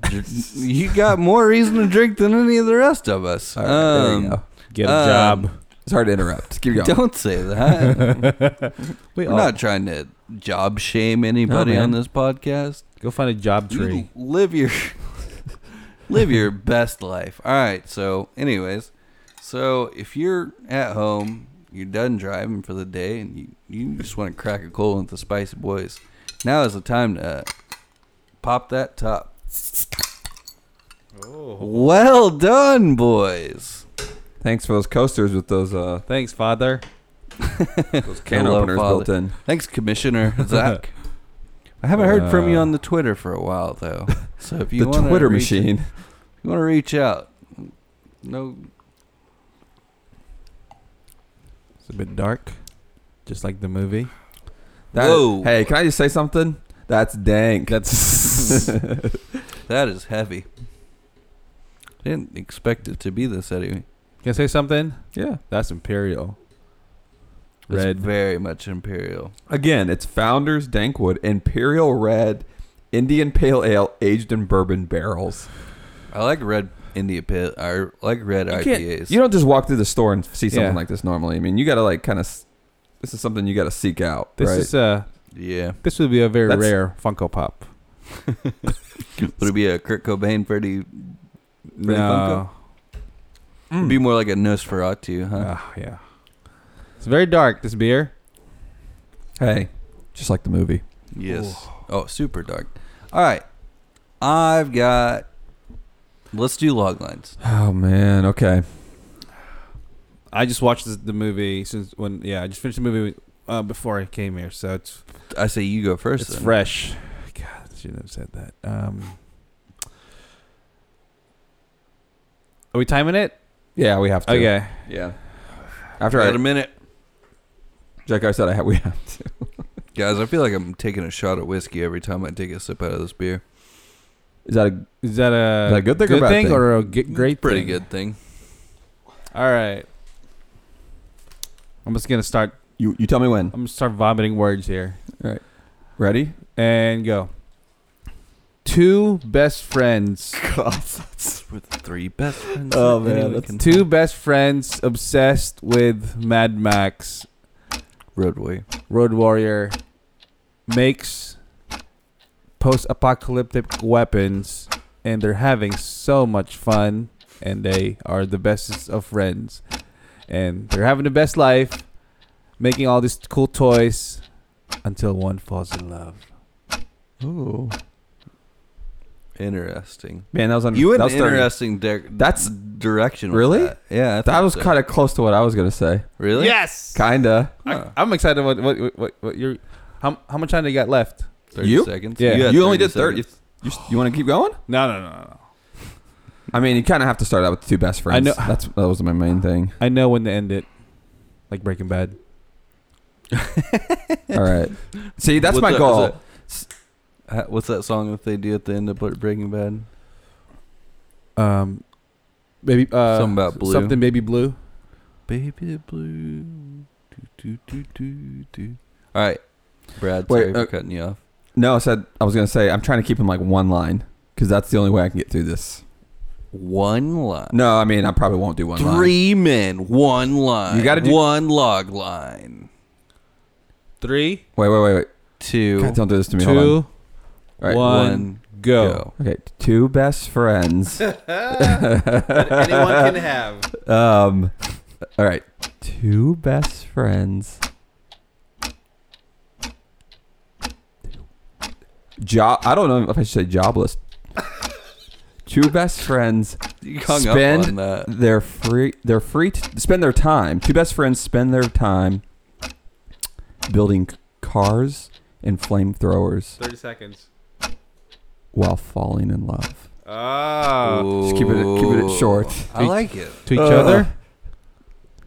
you got more reason to drink than any of the rest of us. All right, there you Um, go. get a Um, job. It's hard to interrupt. Keep going. Don't say that. We We're all not trying to job shame anybody No, on man. this podcast. go find a job tree. You live your live your best life. All right. So, anyways, so if you're at home, you're done driving for the day, and you, you just want to crack a cold with the Spicy Boys. Now is the time to uh, pop that top. Oh. Well done, boys. Thanks for those coasters with those uh Thanks, father. those can Hello, openers Father. built in. Thanks, Commissioner Zach. I haven't heard from you Uh, on the Twitter for a while, though. So if you The wanna Twitter reach- machine. You want to reach out? No. It's a bit dark, just like the movie. That- Whoa. Hey, can I just say something? That's dank. That's that is heavy. Didn't expect it to be this heavy. Can I say something? yeah. That's imperial. It's Red. very much imperial. Again, it's Founders Dankwood Imperial Red Indian Pale Ale aged in bourbon barrels. I like red India pit. I like red You, can't- IPAs. you don't just walk through the store and see something Yeah. like this normally. I mean, you got to like kind of. This is something you got to seek out. This right? is uh yeah, this would be a very That's- rare Funko Pop. would it be a Kurt Cobain Freddie? Really No. It'd Be more like a Nosferatu, huh? Hmm. Ah, yeah. It's very dark. This beer. hey, just like the movie. Yes. Oh, super dark. All right, I've got. Let's do log lines. Oh man. Okay. I just watched this, the movie since when. Yeah, I just finished the movie uh, before I came here, so it's I say you go first. it's then. fresh. God, I shouldn't have said that. Um, are we timing it? Yeah, we have to. Okay. Yeah. Got After I, a minute, like I said, I ha- we have to. guys. I feel like I'm taking a shot of whiskey every time I take a sip out of this beer. Is that a Is that a, Is that a good thing or bad thing? or a g- great? Pretty thing? good thing. All right. I'm just gonna start. you? You tell me when. I'm gonna start vomiting words here Ready? and go. Two best friends. With three best friends. Oh, that man, anyone that's can- Two best friends obsessed with Mad Max roadway. Road Warrior makes post apocalyptic weapons and they're having so much fun and they are the bestest of friends and they're having the best life making all these cool toys until one falls in love. Ooh. Interesting. Man, that was under, You that an was thirty. interesting di- That's- direction. with Really? that. Yeah. I That think was so. kind of close to what I was gonna say. really. Yes. Kinda. Huh. I'm excited what what what, what you're how, how much time do you got left? Thirty You? seconds. Yeah. had you only did seconds. thirty. You, you want to keep going? No, no, no, no, no. I mean, you kind of have to start out with the two best friends. I know- That's that was my main thing. I know when to end it. Like Breaking Bad. All right. See, that's What's my that- goal. is Uh, What's that song that they do at the end of Breaking Bad? Um maybe uh Something about blue. Something baby blue. Baby Blue. Do, do, do, do, do. All right, Brad. Wait, sorry for uh, cutting you off. No, I said I was gonna say I'm trying to keep him like one line because that's the only way I can get through this. One line. No, I mean I probably won't do one line. Three men, one line. You gotta do- one log line. 3 Wait, wait, wait, wait. Two. God, don't do this to me. Hold on. 2 All right. one, go. Okay, two best friends. Anyone can have. Um, all right, two best friends. Job. I don't know if I should say jobless. two best friends You hung Spend- up on that. they're free they're free to spend their time two best friends spend their time building c- cars and flamethrowers 30 seconds. while falling in love Ah. Uh, just keep it keep it short I like it. To each Uh, other?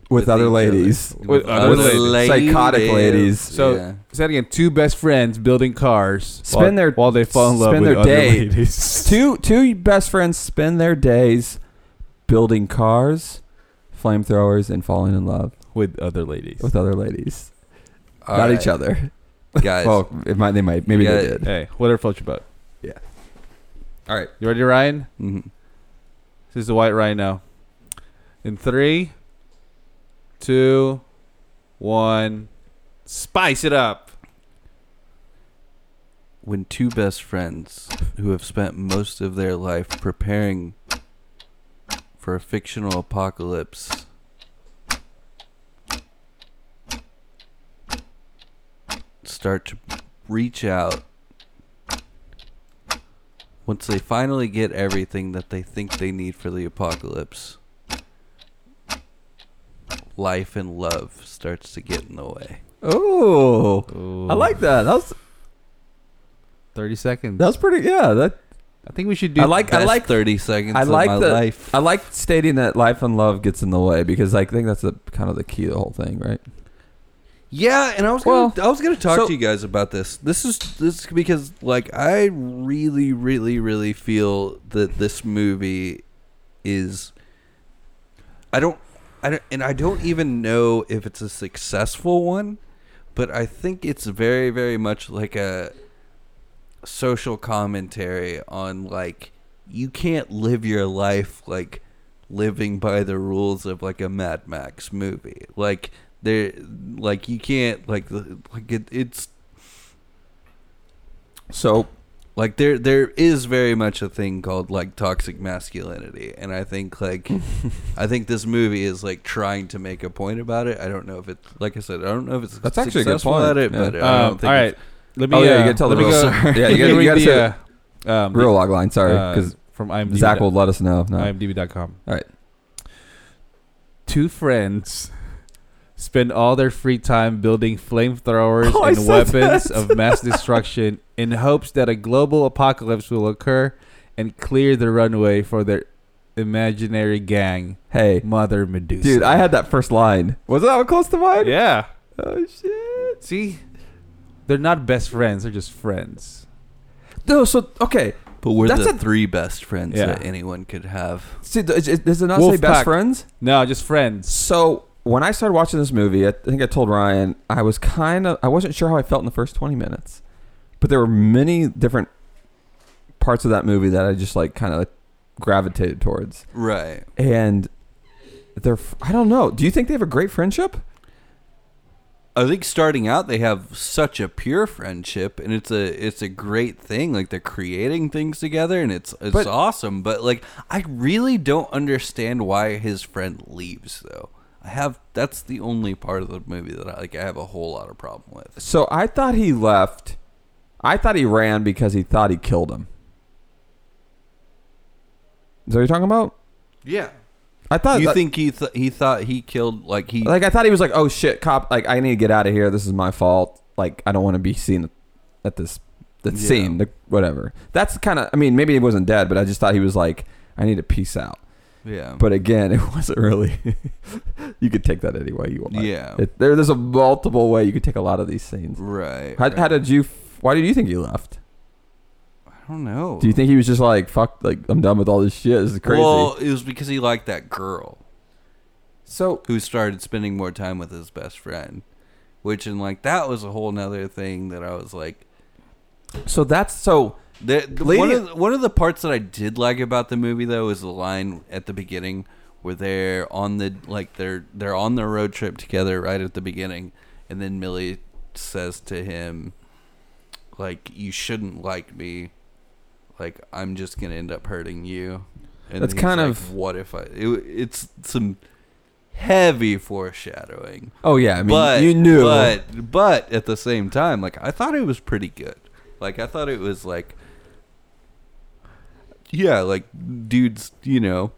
with With other each ladies other. With other ladies. Psychotic ladies. So- Say that again. Two best friends building cars. Spend while, their- while they fall in love spend with their other day. ladies. two two best friends spend their days building cars flamethrowers and falling in love with other ladies. with other ladies All not right, each other guys. well it might they might maybe they Yeah. did Hey, whatever floats your boat. all right You ready, Ryan? Mhm. This is the white Ryan now. In three, two, one, spice it up. When two best friends who have spent most of their life preparing for a fictional apocalypse start to reach out once they finally get everything that they think they need for the apocalypse life and love starts to get in the way oh i like that that was thirty seconds. that was pretty yeah that I think we should do. I like- Best like- 30 seconds I of like my the- life I like stating that life and love gets in the way because I think that's the kind of the key to the whole thing, right? Yeah, and I was gonna, Well, I was gonna talk so- to you guys about this. This is this is because like I really, really, really feel that this movie is. I don't, I don't, and I don't even know if it's a successful one, but I think it's very, very much like a social commentary on like you can't live your life like living by the rules of like a Mad Max movie. Like there, like you can't like the- like it, it's So like there there is very much a thing called like toxic masculinity, and I think like I think this movie is like trying to make a point about it. I don't know if it like I said, I don't know if it's That's actually a good successful point, at it, yeah. Uh, but Um, I don't think all right. it's- Let me. Oh, yeah, uh, you gotta tell let the me real go. story. Yeah, let you me gotta- you read gotta the, say uh, um, real log line. Sorry, because uh, from IMDb. Zach will let us know. if not. IMDb.com. All right. Two friends spend all their free time building flamethrowers Oh, I and said weapons of mass destruction in hopes that a global apocalypse will occur and clear the runway for their imaginary gang, Hey, Mother Medusa. dude, I had that first line. Was that close to mine? Yeah. Oh shit. See, they're not best friends. They're just friends. No, so okay. but we're that's the a- three best friends Yeah. that anyone could have. See, th- is- does it not say Wolf best pack. friends? No, just friends. So when I started watching this movie, I think I told Ryan I was kind of I wasn't sure how I felt in the first twenty minutes, but there were many different parts of that movie that I just like kind of gravitated towards, Right. and they're f- I don't know. Do you think they have a great friendship? I think starting out they have such a pure friendship and it's a it's a great thing like they're creating things together and it's it's But- awesome but like I really don't understand why his friend leaves though. I have that's the only part of the movie that I like I have a whole lot of problem with. So I thought he left. I thought he ran because he thought he killed him. Is that what you're talking about? Yeah. I thought You that- think he th- he thought he killed like he Like I thought he was like, oh shit, cop! Like I need to get out of here. This is my fault. Like I don't want to be seen at this the Yeah. scene. Like, whatever. That's kind of. I mean, maybe he wasn't dead, but I just thought he was like, I need to peace out. yeah. But again, it wasn't really. you could take that any way you want. yeah. It, there, there's a multiple way you could take a lot of these scenes. right. How, right. how did you? f- Why did you think he left? I don't know. Do you think he was just like, fuck? Like I'm done with all this shit. This is crazy. Well, it was because he liked that girl. so who started spending more time with his best friend which and like that was a whole nother thing that i was like so that's so. the, the- Lady- one, of the, one of the parts that i did like about the movie though is the line at the beginning where they're on the like they're they're on their road trip together right at the beginning and then millie says to him like you shouldn't like me like i'm just gonna end up hurting you and That's he's kind like, of- what if i it, it's some heavy foreshadowing Oh yeah, I mean, but you knew. but but at the same time like i thought it was pretty good like i thought it was like yeah like dudes you know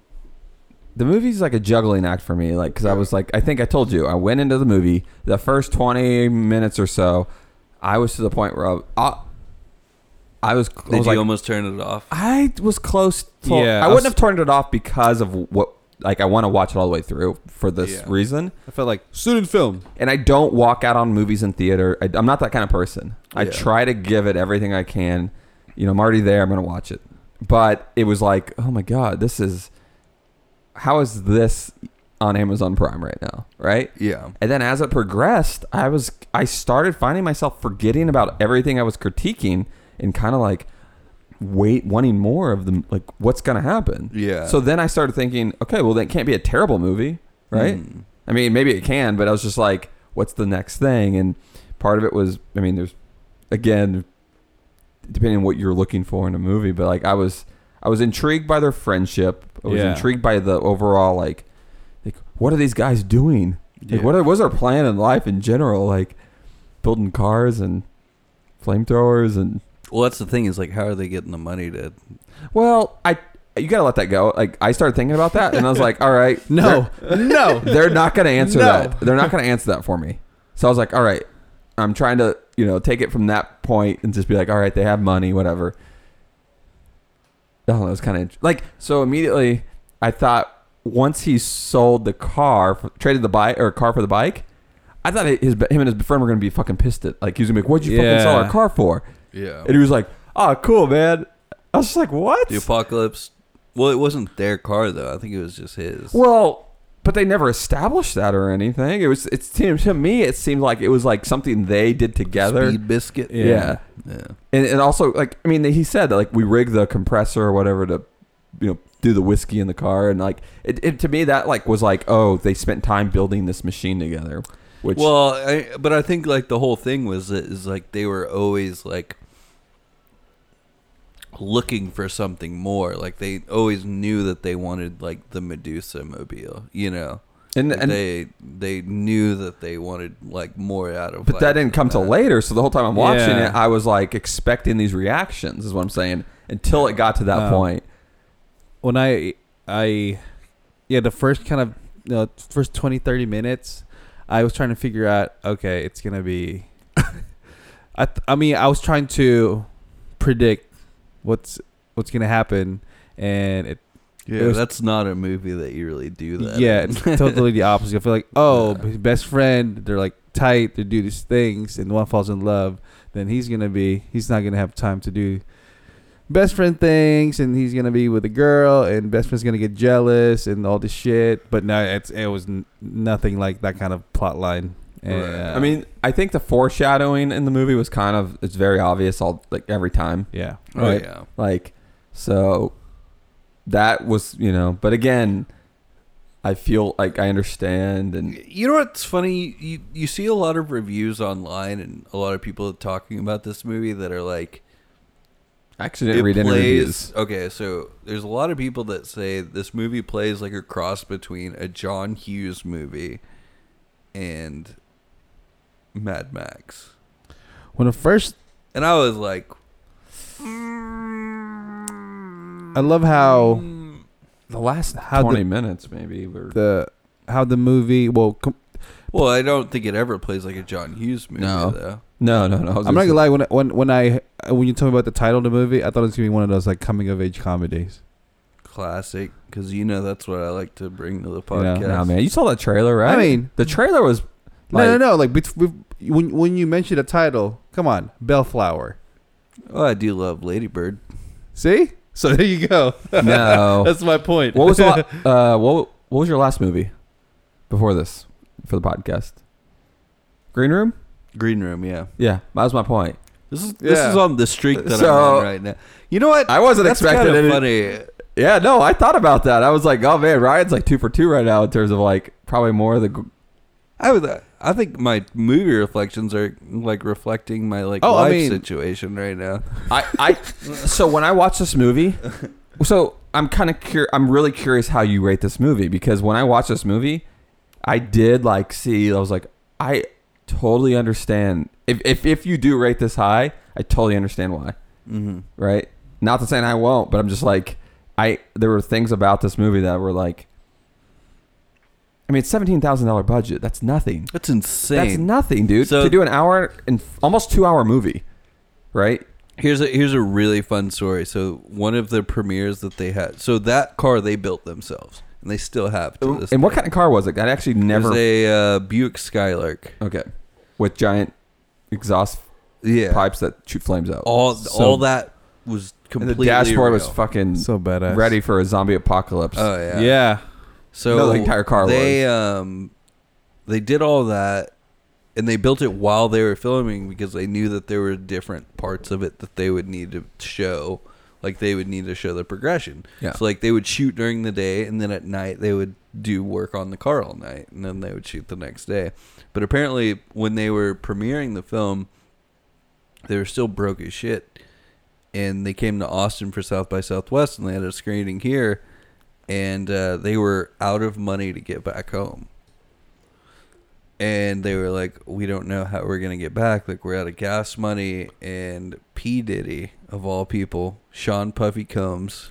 the movie's like a juggling act for me like because i was like i think i told you i went into the movie the first 20 minutes or so i was to the point where i, I, I was, I did was you like almost turn it off i was close to Yeah, i I wouldn't was- have turned it off because of what like i want to watch it all the way through for this Yeah. reason I felt like student film. and i don't walk out on movies in theater I, i'm not that kind of person i Yeah. try to give it everything i can you know i'm already there i'm gonna watch it but it was like oh my god this is how is this on amazon prime right now right yeah and then as it progressed, I was I started finding myself forgetting about everything I was critiquing and kind of like wait wanting more of them like what's going to happen. Yeah. So then I started thinking, okay, well that can't be a terrible movie, right? Mm. I mean, maybe it can, but I was just like what's the next thing? And part of it was I mean, there's again depending on what you're looking for in a movie, but like I was I was intrigued by their friendship. I was Yeah. intrigued by the overall like like what are these guys doing? Like, Yeah. what was our plan in life in general? Like building cars and flamethrowers and well that's the thing is like how are they getting the money to well, I you gotta let that go. Like I started thinking about that and I was like, all right, No, they're, they're not gonna answer No. that. They're not gonna answer that for me. So I was like, all right, I'm trying to you know take it from that point and just be like, all right, they have money, whatever. Oh, I don't know. It's kind of like so immediately. I thought once he sold the car, traded the bike or car for the bike, I thought his him and his friend were gonna be fucking pissed at like he was gonna be like, "What'd you fucking sell Yeah. our car for?" Yeah. And he was like, "Oh, cool, man." I was just like, "What?" The apocalypse. Well, it wasn't their car though. I think it was just his. Well, but they never established that or anything. It was it seemed to me it seemed like it was like something they did together. Speed biscuit. Yeah. Yeah. And and also like I mean he said that like we rigged the compressor or whatever to you know do the whiskey in the car and like it, it to me that like was like oh they spent time building this machine together which Well, I, but I think like the whole thing was that is like they were always like looking for something more. Like they always knew that they wanted like the Medusa mobile, you know. and, Like, and they they knew that they wanted like more out of. but life that didn't than come till that. later so the whole time I'm watching Yeah. it I was like expecting these reactions is what I'm saying until it got to that Um, point when I I yeah, the first kind of you know, first 20 30 minutes, I was trying to figure out okay, it's going to be I th- I mean, I was trying to predict what's what's going to happen and it Yeah, It was- that's not a movie that you really do that. yeah, in. it's totally the opposite. I feel like, oh, Yeah. his best friend, they're like tight, they do these things, and one falls in love, then he's gonna be, he's not gonna have time to do best friend things, and he's gonna be with a girl, and best friend's gonna get jealous and all this shit. But no, it's it was n- nothing like that kind of plot line. And, Right. uh, I mean, I think the foreshadowing in the movie was kind of it's very obvious all like every time. yeah, oh Right. yeah. Like so that was, you know, but again, I feel like I understand and You know what's funny? You you see a lot of reviews online and a lot of people talking about this movie that are like I actually didn't read any reviews. Okay, so there's a lot of people that say this movie plays like a cross between a John Hughes movie and Mad Max. when the first, And I was like, I love how Mm. The last how twenty the- minutes maybe were the how the movie. Well, com- well, I don't think it ever plays like a John Hughes movie No. though. No, no, no. I was I'm not say- gonna lie. When I- when when I when you told me about the title of the movie, I thought it was gonna be one of those like coming of age comedies. Classic, because you know that's what I like to bring to the know, podcast. Nah, man. You saw that trailer, right? I mean- the trailer was like, no, no, no. Like bet- bet- when when you mention the title, come on, Bellflower. Oh, I do love Ladybird. See, so there you go. no. That's my point. what was the la- uh, what what was your last movie before this for the podcast? Green Room? Green Room, yeah. Yeah, that was my point. This is this Yeah. is on the streak that I'm So- on right now. You know what? I wasn't That's expecting kinda it. funny. Yeah, no, I thought about that. I was like, oh man, Ryan's like two for two right now in terms of like probably more of the. gr- I was. I think my movie reflections are like reflecting my like Oh, I life mean- situation right now. I, I so when I watched this movie, so I'm kind of cur- I'm really curious how you rate this movie because when I watched this movie, I did like see I was like I totally understand if if if you do rate this high, I totally understand why. Mm-hmm. right? Not to say I won't, but I'm just like I there were things about this movie that were like I mean, it's seventeen thousand dollar budget. That's nothing. That's insane. That's nothing, dude. So- to do an hour and f- almost two hour movie, right? here's a here's a really fun story. So one of the premieres that they had. So that car they built themselves, and they still have to this. And what day. kind of car was it? I actually It was never. a uh, Buick Skylark. okay, with giant exhaust Yeah, pipes that shoot flames out. all So- all that was And the completely. dashboard was real. fucking so badass? ready for a zombie apocalypse. Oh Yeah. yeah. So No, the entire car They um, they did all that, and they built it while they were filming because they knew that there were different parts of it that they would need to show. Like they would need to show the progression. Yeah. So like they would shoot during the day, and then at night they would do work on the car all night, and then they would shoot the next day. But apparently, when they were premiering the film, they were still broke as shit. And they came to Austin for South by Southwest, and they had a screening here, and uh, they were out of money to get back home. And they were like, "We don't know how we're gonna get back. Like we're out of gas money." And P Diddy of all people, Sean Puffy Combs,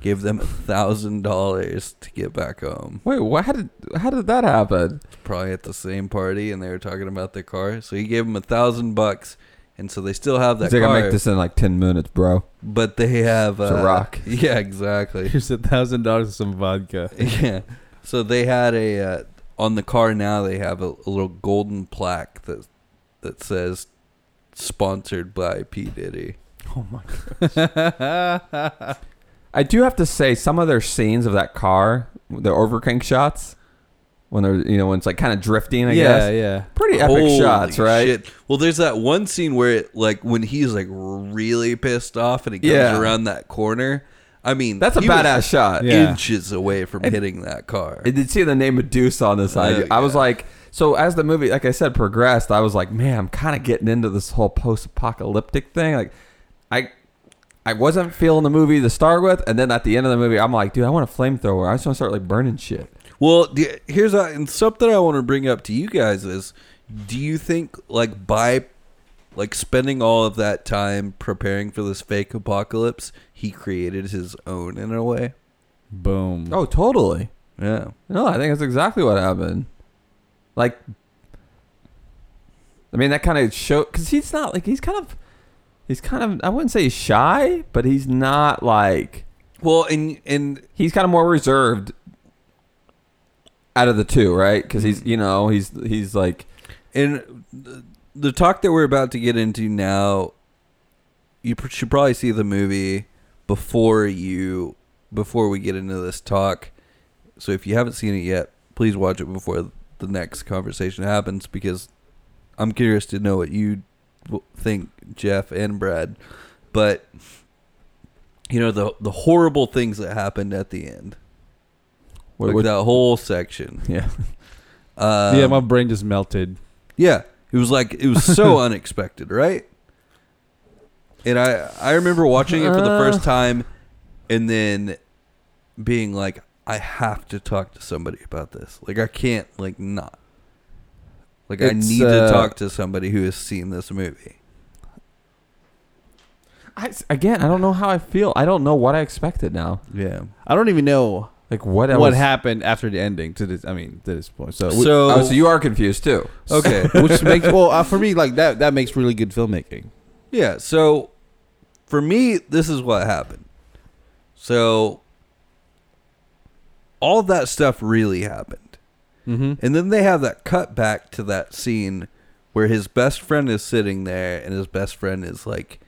gave them a thousand dollars to get back home. Wait, what? How did how did that happen? Probably at the same party, and they were talking about their car. So he gave them a thousand bucks, and so they still have that He's like, I car. make this in like ten minutes, bro. but they have uh, It's a rock. Yeah, exactly. Here's a thousand dollars of some vodka. yeah. So they had a uh, on the car now they have a, a little golden plaque that that says sponsored by P Diddy. Oh my gosh. I do have to say some of their scenes of that car, the overcrank shots, when they're you know when it's like kind of drifting. I yeah, guess yeah. pretty epic Holy shots, right? shit. Well, there's that one scene where it, like when he's like really pissed off and he comes Yeah. around that corner. I mean, That's a he was badass shot. Yeah. Inches away from hitting that car. I did see the name Medusa on the side. Oh, I was yeah. like, so as the movie, like I said, progressed, I was like, man, I'm kind of getting into this whole post-apocalyptic thing. Like, I, I wasn't feeling the movie to start with, and then at the end of the movie, I'm like, dude, I want a flamethrower. I just want to start like burning shit. Well, d- here's a, and something I want to bring up to you guys is: Do you think like by like spending all of that time preparing for this fake apocalypse, he created his own in a way? Boom. Oh, totally. Yeah. No, I think that's exactly what happened. Like, I mean, that kind of show because he's not like he's kind of, he's kind of. I wouldn't say he's shy, but he's not like Well, and and he's kind of more reserved. Out of the two, right? Because he's you know he's he's like and the- the talk that we're about to get into now, you pr- should probably see the movie before you before we get into this talk. So if you haven't seen it yet, please watch it before the next conversation happens because I'm curious to know what you w- think, Jeff and Brad. But you know the the horrible things that happened at the end, what, like what- that whole section. yeah Uh, um, yeah, my brain just melted. Yeah, it was like it was so unexpected, right? And I I remember watching it for the Uh. first time, and then being like, I have to talk to somebody about this. Like I can't like not. Like I It's, need uh, to talk to somebody who has seen this movie. I s again I don't know how I feel I don't know what I expected now Yeah. I don't even know like what I what was- happened after the ending to this. I mean, to this point. So, we- So, oh so you are confused too okay. which makes well uh, for me like that. That makes really good filmmaking. Yeah, so for me, this is what happened. So all that stuff really happened. Mm-hmm. And then they have that cut back to that scene where his best friend is sitting there and his best friend is like,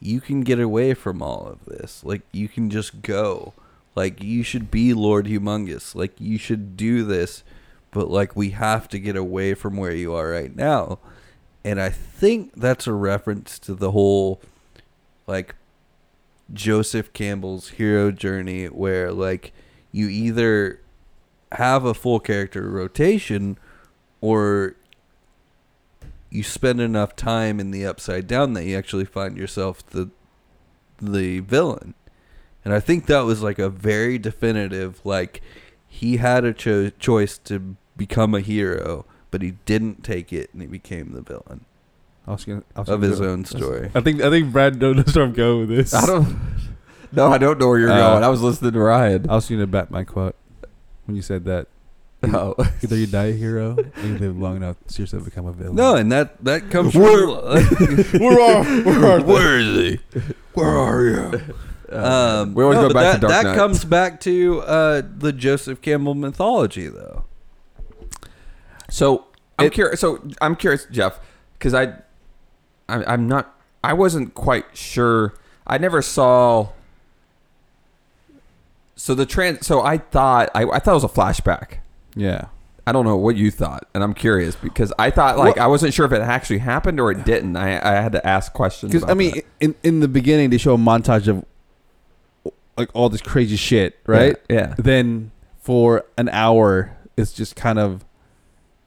You can get away from all of this. Like, you can just go. Like, you should be Lord Humongous. Like, you should do this. But, like, we have to get away from where you are right now. And I think that's a reference to the whole like Joseph Campbell's hero journey where like you either have a full character rotation or you spend enough time in the upside down that you actually find yourself the the villain. And I think that was like a very definitive like he had a cho- choice to become a hero, but he didn't take it and he became the villain I was gonna, I was of gonna his go- own story. I think I think Brad knows where I'm going with this. I don't no I don't know where you're Uh, going I was listening to Ryan I was gonna back my quote when you said that. oh. Either you die a hero, or you live long enough to yourself become a villain. No, and that that comes Where- from We're off. We're off. where is he? Where are you? Um, Uh, We always no, go but back that, to Dark that Knight. comes back to uh, the Joseph Campbell mythology, though. So I'm curious. So I'm curious, Jeff, because I, I, I'm not. I wasn't quite sure. I never saw. So the trans. So I thought. I, I thought it was a flashback. Yeah. I don't know what you thought, and I'm curious because I thought like I wasn't sure if it actually happened or it didn't. I, I had to ask questions. Because I about mean, that. in in the beginning they show a montage of like all this crazy shit, right? Yeah. yeah. Then for an hour, it's just kind of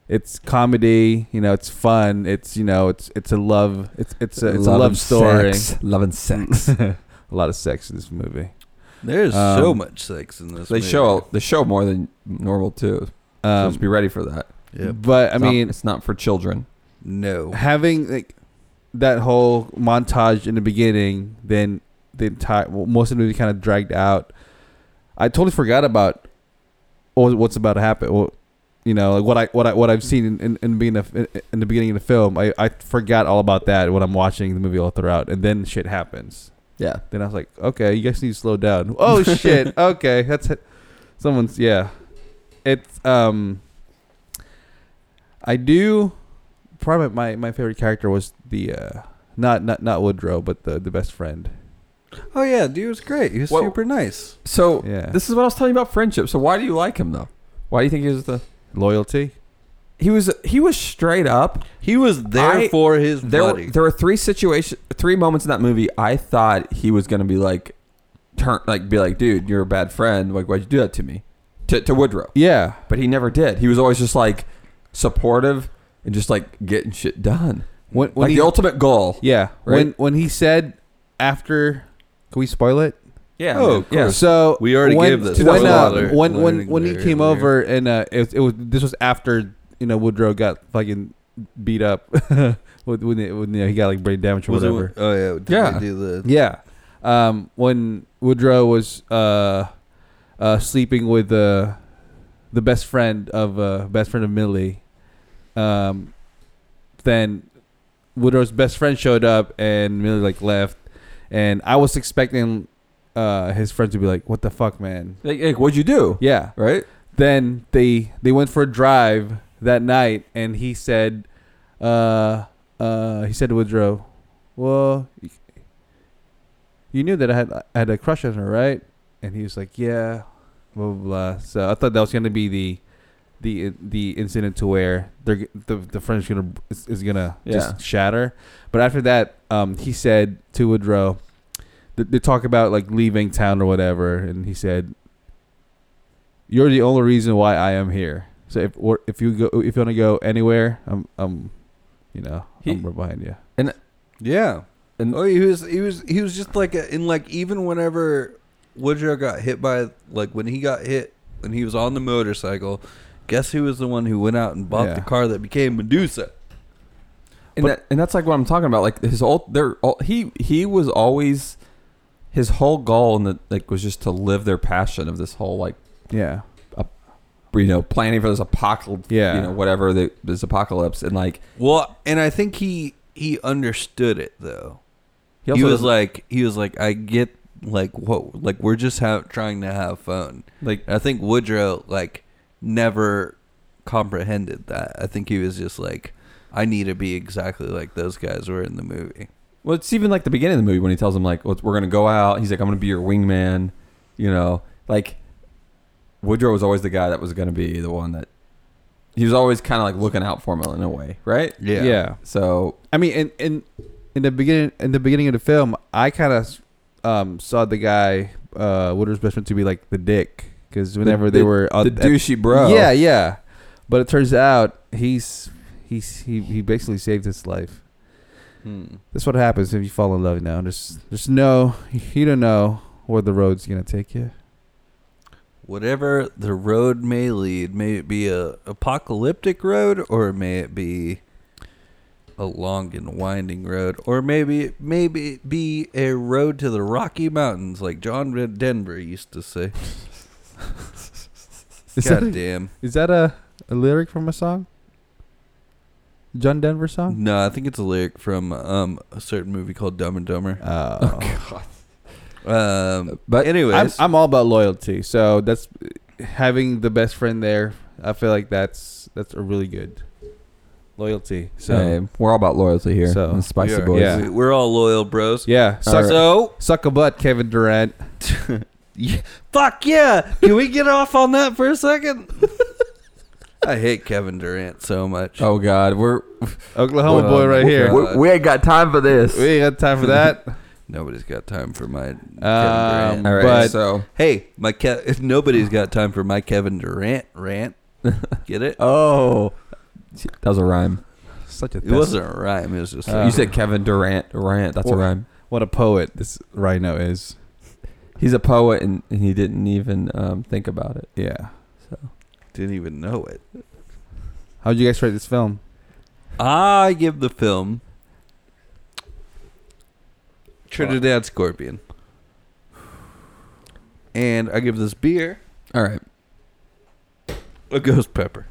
it's comedy, you know, it's fun, it's you know, it's it's a love, it's it's a it's a love and story, sex. Love and sex. a lot of sex in this movie. There's Um, so much sex in this. they movie. show they show more than normal too. So just Um, be ready for that. Yep. But I It's not- mean, it's not for children. No. having like that whole montage in the beginning, then the entire well, most of the movie kind of dragged out. I totally forgot about what- what's about to happen. Well, you know, like what I what I what I've seen in in, in, being a, in, in the beginning of the film. I, I forgot all about that when I'm watching the movie all throughout, and then shit happens. Yeah. Then I was like, okay, you guys need to slow down. Oh shit, okay, that's it. Someone's yeah. It's um, I do. Probably my, my favorite character was the uh, not not not Woodrow, but the the best friend. Oh yeah, dude was great. He was Well- super nice. So Yeah. this is what I was telling you about friendship. So why do you like him though? Why do you think he was the Loyalty. he was he was straight up. He was there I- for his There buddy. there were three situation three moments in that movie I thought he was gonna be like turn like be like, dude, you're a bad friend. Like why'd you do that to me? To to Woodrow. Yeah. But he never did. He was always just like supportive and just like getting shit done. When, when like he, the ultimate goal. yeah. When right? when he said after, can we spoil it? Yeah. Oh, man. of yeah. course. So We already when, gave this. When uh, Spoiler when when alert. when he Spoiler came alert. over and uh, it, it was this was after you know Woodrow got fucking beat up when when, it, when you know, he got like brain damage or Was it- whatever. oh yeah, did Yeah. they do the- Yeah. Um, when Woodrow was uh, uh, sleeping with uh, the best friend of uh, best friend of Millie, um, then Woodrow's best friend showed up and Millie like left, and I was expecting uh, his friend to be like, "What the fuck, man?" Like, like, what'd you do? Yeah. Right? Then they they went for a drive that night, and he said, uh, uh, he said to Woodrow, "Well, you knew that I had I had a crush on her, right?" And he was like, "Yeah, blah blah." blah. So I thought that was gonna be the the the incident to where they're g- the the friendship gonna is, is gonna Yeah. just shatter. But after that, um, he said to Woodrow, th- they talk about like leaving town or whatever, and he said, "You're the only reason why I am here. So if or if you go if you wanna go anywhere, I'm I'm, you know, He- I'm right behind you." Yeah. And- oh, he was he was he was just like a, and like even whenever Woodrow got hit by like when he got hit when he was on the motorcycle, guess who was the one who went out and bought the Yeah. car that became Medusa? And that, and that's like what I'm talking about. Like his old their all he he was always his whole goal and the like was just to live their passion of this whole like Yeah. you know planning for this apocalypse Yeah. you know whatever the, this apocalypse and like Well, and I think he he understood it though. he, he was doesn't- like he was like I get like what like we're just ha- trying to have fun. like And I think Woodrow like never comprehended that. I think he was just like I need to be exactly like those guys were in the movie. well it's even like the beginning of the movie when he tells him like well, we're gonna go out he's like I'm gonna be your wingman you know like Woodrow was always the guy that was gonna be the one that he was always kind of like looking out for him in a way right Yeah. so I mean, in in in the beginning in the beginning of the film, I kind of um, saw the guy uh, Woodrow's best friend to be like the dick because whenever they the- were out the at- douchey bro yeah, yeah. But it turns out he's he's he, he basically saved his life. Hmm. That's what happens if you fall in love now. There's there's no you don't know where the road's gonna take you. Whatever the road may lead, may it be a apocalyptic road, or may it be a long and winding road, or maybe maybe it be a road to the Rocky Mountains, like John Red Denver used to say. Is that, God a, damn! is that a, a lyric from a song? John Denver song? No, I think it's a lyric from um, a certain movie called Dumb and Dumber. Oh. Um, but anyways, I'm, I'm all about loyalty. So that's having the best friend there. I feel like that's that's a really good loyalty. So Hey, we're all about loyalty here. So- in the Spicy we are- Boys. yeah. we- we're all loyal bros. yeah, suck, So suck a butt, Kevin Durant. Yeah, fuck yeah! Can we get off on that for a second? I hate Kevin Durant so much. Oh God, we're Oh Oklahoma boy right my here. God. we, we ain't got time for this. We ain't got time for that. Nobody's got time for my Kevin Um, Durant. all right, but- so Hey, my Ke- nobody's got time for my Kevin Durant rant. Get it? oh, that was a rhyme. Such a it wasn't a rhyme. It was just Uh, you said Kevin Durant, Durant. That's Well- a rhyme. what a poet this rhino is. He's a poet, and, and he didn't even um, think about it. Yeah. didn't even know it. How'd you guys rate this film? I give the film Trinidad Scorpion, and I give this beer All right, a ghost pepper.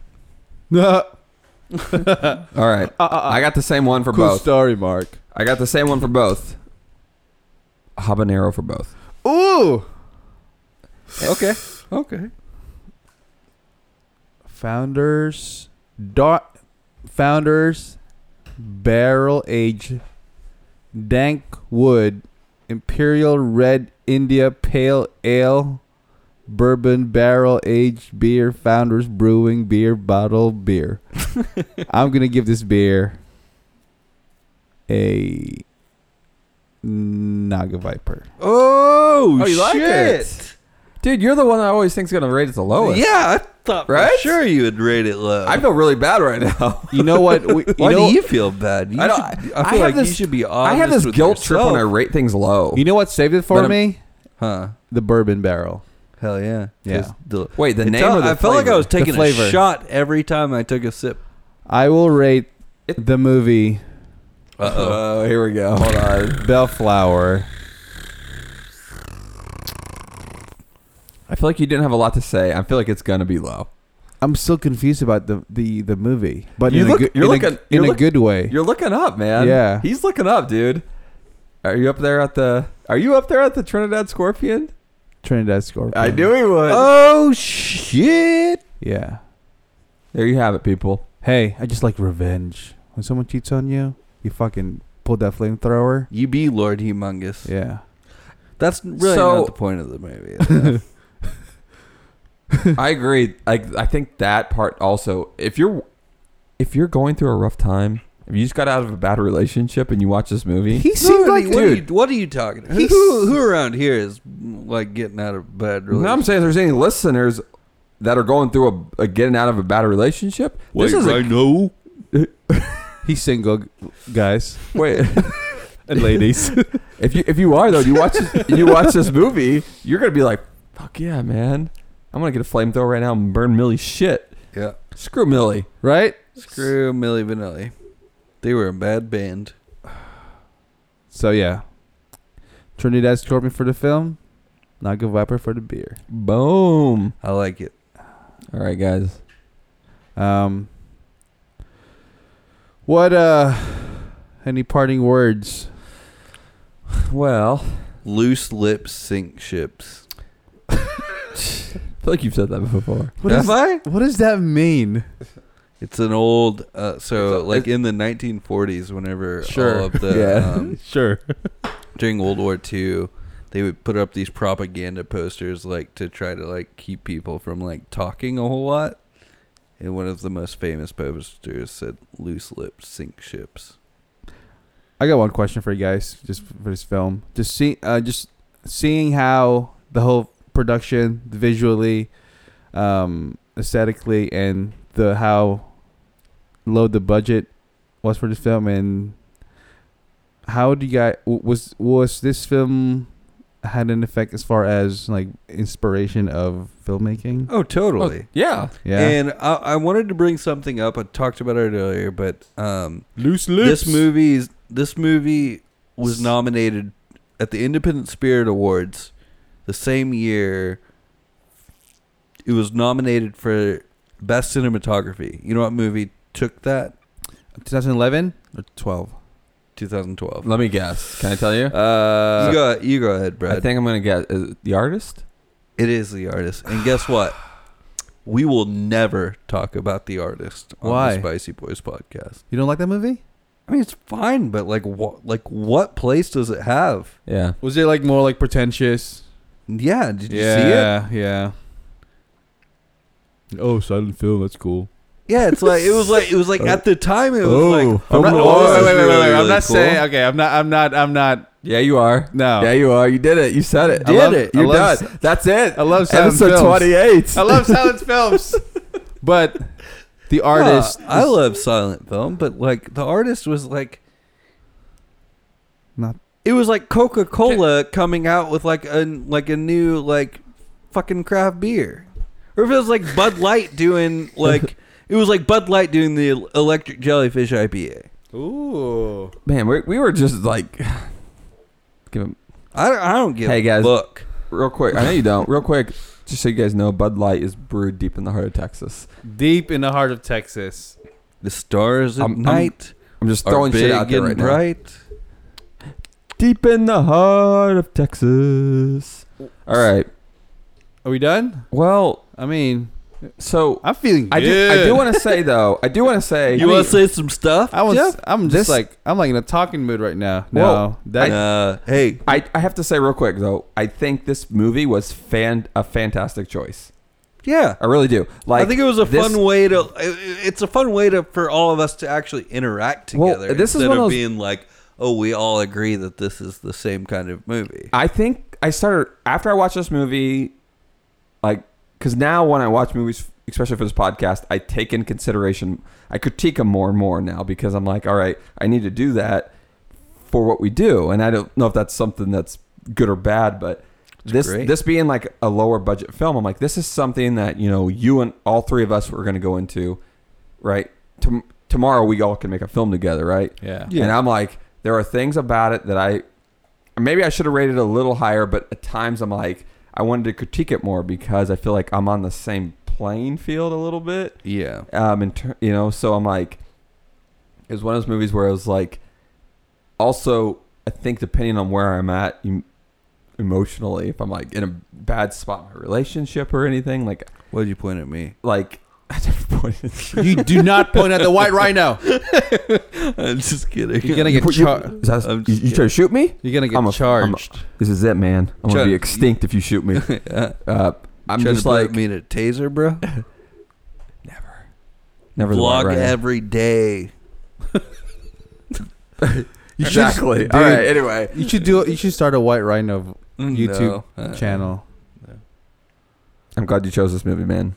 all right. Uh, I got the same one for cool both. story, Mark. I got the same one for both. Habanero for both. Ooh, Okay, okay. founders dot Founders barrel aged dank wood imperial red India pale ale bourbon barrel aged beer founders brewing beer bottle beer. I'm gonna give this beer a Naga Viper. Oh, Oh, you like it? Dude, you're the one I always think's gonna rate it the lowest. Yeah, I thought for Right? sure you would rate it low. I feel really bad right now. You know what? We, you Why know, do you feel bad? You I don't- should- I I feel have like you this- should be honest. I have this with guilt trip when I yourself. rate things low. you know what saved it for But I'm- me? Huh? The bourbon barrel. Hell yeah. Yeah. 'Cause the- Wait, the It name felt- of the I felt like I flavor? was taking a flavor. shot every time I took a sip. I will rate It- the movie Oh, here we go. Hold on. Bellflower. I feel like you didn't have a lot to say. I feel like it's gonna be low. I'm still confused about the the, the movie, but You in look- a good, you're in, looking- a, you're in a look- good way. You're looking up, man. Yeah. He's looking up, dude. Are you up there at the Are you up there at the Trinidad Scorpion? Trinidad Scorpion. I knew he would. Oh shit! Yeah. There you have it, people. Hey, I just like revenge. When someone cheats on you, you fucking pull that flamethrower. You be Lord Humongous. Yeah. That's really So- not the point of the movie. is it? I agree. Like I think that part also if you're if you're going through a rough time, if you just got out of a bad relationship and you watch this movie, He seemed No, like what are dude. you, what are you talking? Who, He's- who around here is like getting out of bad No, I'm relationship? saying if there's any listeners that are going through a, a getting out of a bad relationship. this is a, know. He's single, g- guys wait. and ladies. If you if you are though, you watch this, you watch this movie, you're gonna be like, fuck yeah, man! I'm gonna get a flamethrower right now and burn Millie's shit. Yeah. Screw Millie. right? Screw Millie Vanilli. They were a bad band. So yeah. Trinidad Scorpion for the film, Naga Viper for the beer. Boom. I like it. All right, guys. Um What uh any parting words? Well, Loose lips sink ships. I feel like you've said that before. What Have is- I? What does that mean? It's an old. Uh, so It's a- like in the 1940s, whenever Sure. all of the Yeah. um, Sure. during World War II, they would put up these propaganda posters like to try to like keep people from like talking a whole lot. And one of the most famous posters said "Loose lips sink ships." I got one question for you guys, just for this film. Just see, uh, just seeing how the whole production, visually, um, aesthetically, and the how low the budget was for this film, and how do you guys w- was was this film had an effect as far as like inspiration of filmmaking? Oh, totally. Yeah. Yeah, Oh, And I, I wanted to bring something up. I talked about it earlier, but um, Loose this movie is this movie was nominated at the Independent Spirit Awards the same year. It was nominated for best cinematography. You know what movie took that? 2011 or 12. 2012. Let me guess. Can I tell you? Uh, you go, you go ahead, Brad. I think I'm gonna guess is it the artist. it is the artist, and guess what? We will never talk about the artist on Why? the Spicy Boys podcast. You don't like that movie? I mean, it's fine, but like, what, like, what place does it have? Yeah. Was it like more like pretentious? Yeah, did you see it? yeah, yeah. Oh, silent film. That's cool. Yeah, it's like it was like it was like at the time it was like I'm not, oh, oh, this wait, is wait, wait, really, wait, wait. I'm really not cool. saying. Okay, I'm not. I'm not. I'm not. Yeah, you are. No. Yeah, you are. You did it. You said it. I You love- did it. I You're love- done. That's it. I love silent Episode films. 28. I love silent films, but the artist. Yeah, I love silent film, but like the artist was like Not- It was like Coca Cola coming out with like a like a new like fucking craft beer, or if it was like Bud Light doing like it was like Bud Light doing the Electric Jellyfish IPA. Ooh. Man, we, we were just like, give him I don't, I don't give Hey, a guys. look. real quick. I know you don't. Real quick, just so you guys know, Bud Light is brewed deep in the heart of Texas. Deep in the heart of Texas. The stars at I'm- I'm night I'm just are throwing big shit out there and right now. bright. Deep in the heart of Texas. All right. Are we done? Well, I mean, So I'm feeling I do, I do want to say though. I do want to say You want to say some stuff? I was. Jeff? I'm just This- like. I'm like in a talking mood right now. No, Well, that Uh, hey, I, I have to say real quick though. I think this movie was fan a fantastic choice. yeah. I really do. Like I think it was a this- fun way to. i- It's a fun way to for all of us to actually interact Well, together. this is instead one of of those- being like, oh, we all agree that this is the same kind of movie. I think I started after I watched this movie, like because now when I watch movies, especially for this podcast, I take in consideration, I critique them more and more now because I'm like, all right, I need to do that for what we do, and I don't know if that's something that's good or bad, but this great. this being like a lower budget film, I'm like, this is something that you know you and all three of us were going to go into, right? Tom tomorrow we all can make a film together, right? Yeah. And I'm like, there are things about it that I maybe I should have rated it a little higher, but at times I'm like, I wanted to critique it more because I feel like I'm on the same playing field a little bit. yeah. Um, and ter- you know, so I'm like, it was one of those movies where I was like, also, I think depending on where I'm at em- emotionally, if I'm like in a bad spot in my relationship or anything, like, What'd you point at me? like, I never pointed. you do not point at the white right now. I'm just kidding. You're gonna get You- charged. is that- I'm you, just you try to shoot me? You're gonna get I'm a- I'm a- charged. This is it, man. I'm Chud, gonna be you- extinct if you shoot me. Yeah. Uh, I'm Trying just to put like me in a taser, bro. never, never Vlog right. every day. Exactly. Dude. All right. Anyway, you should do. You should start a white rhino YouTube No. Uh, channel. I'm glad you chose this movie, man.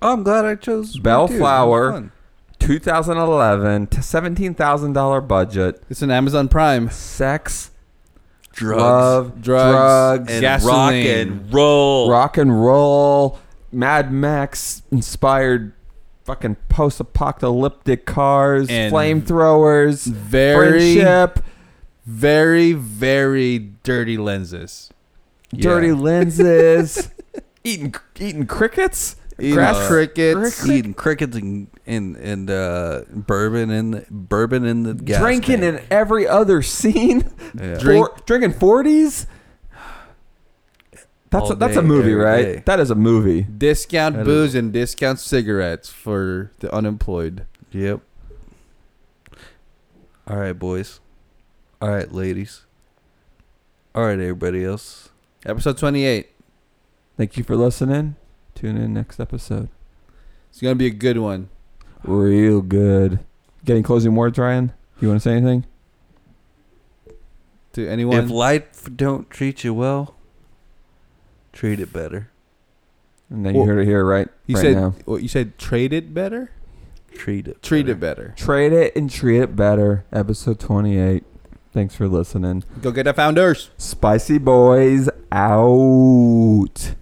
Oh, I'm glad I chose Bellflower. Dude, 2011 to 17 thousand dollar budget. It's an Amazon Prime. Sex, drugs, love, drugs, drugs, and gasoline. rock and roll. rock and roll, Mad Max inspired, fucking post-apocalyptic cars, And- flamethrowers, Very, friendship, very, very dirty lenses. dirty lenses, eating eating crickets, grass Grass crickets. eating crickets and and, and uh, bourbon in the, bourbon in the gas drinking tank. in every other scene. Yeah. Drink- Four- drinking forties. That's All a, that's a day, movie, every right? day. That is a movie. Discount That is- booze and discount cigarettes for the unemployed. Yep. All right, boys. All right, ladies. All right, everybody else. Episode 28. Thank you for listening. Tune in next episode. It's going to be a good one. Real good. Getting closing words, Ryan. You want to say anything? To anyone, If life don't treat you well, treat it better. And then Well, you heard it here, right? you right said now. what you said trade it better? Treat it. Treat better. it better. trade it and treat it better. Episode twenty-eight. Thanks for listening. Go get the founders. Spicy boys out.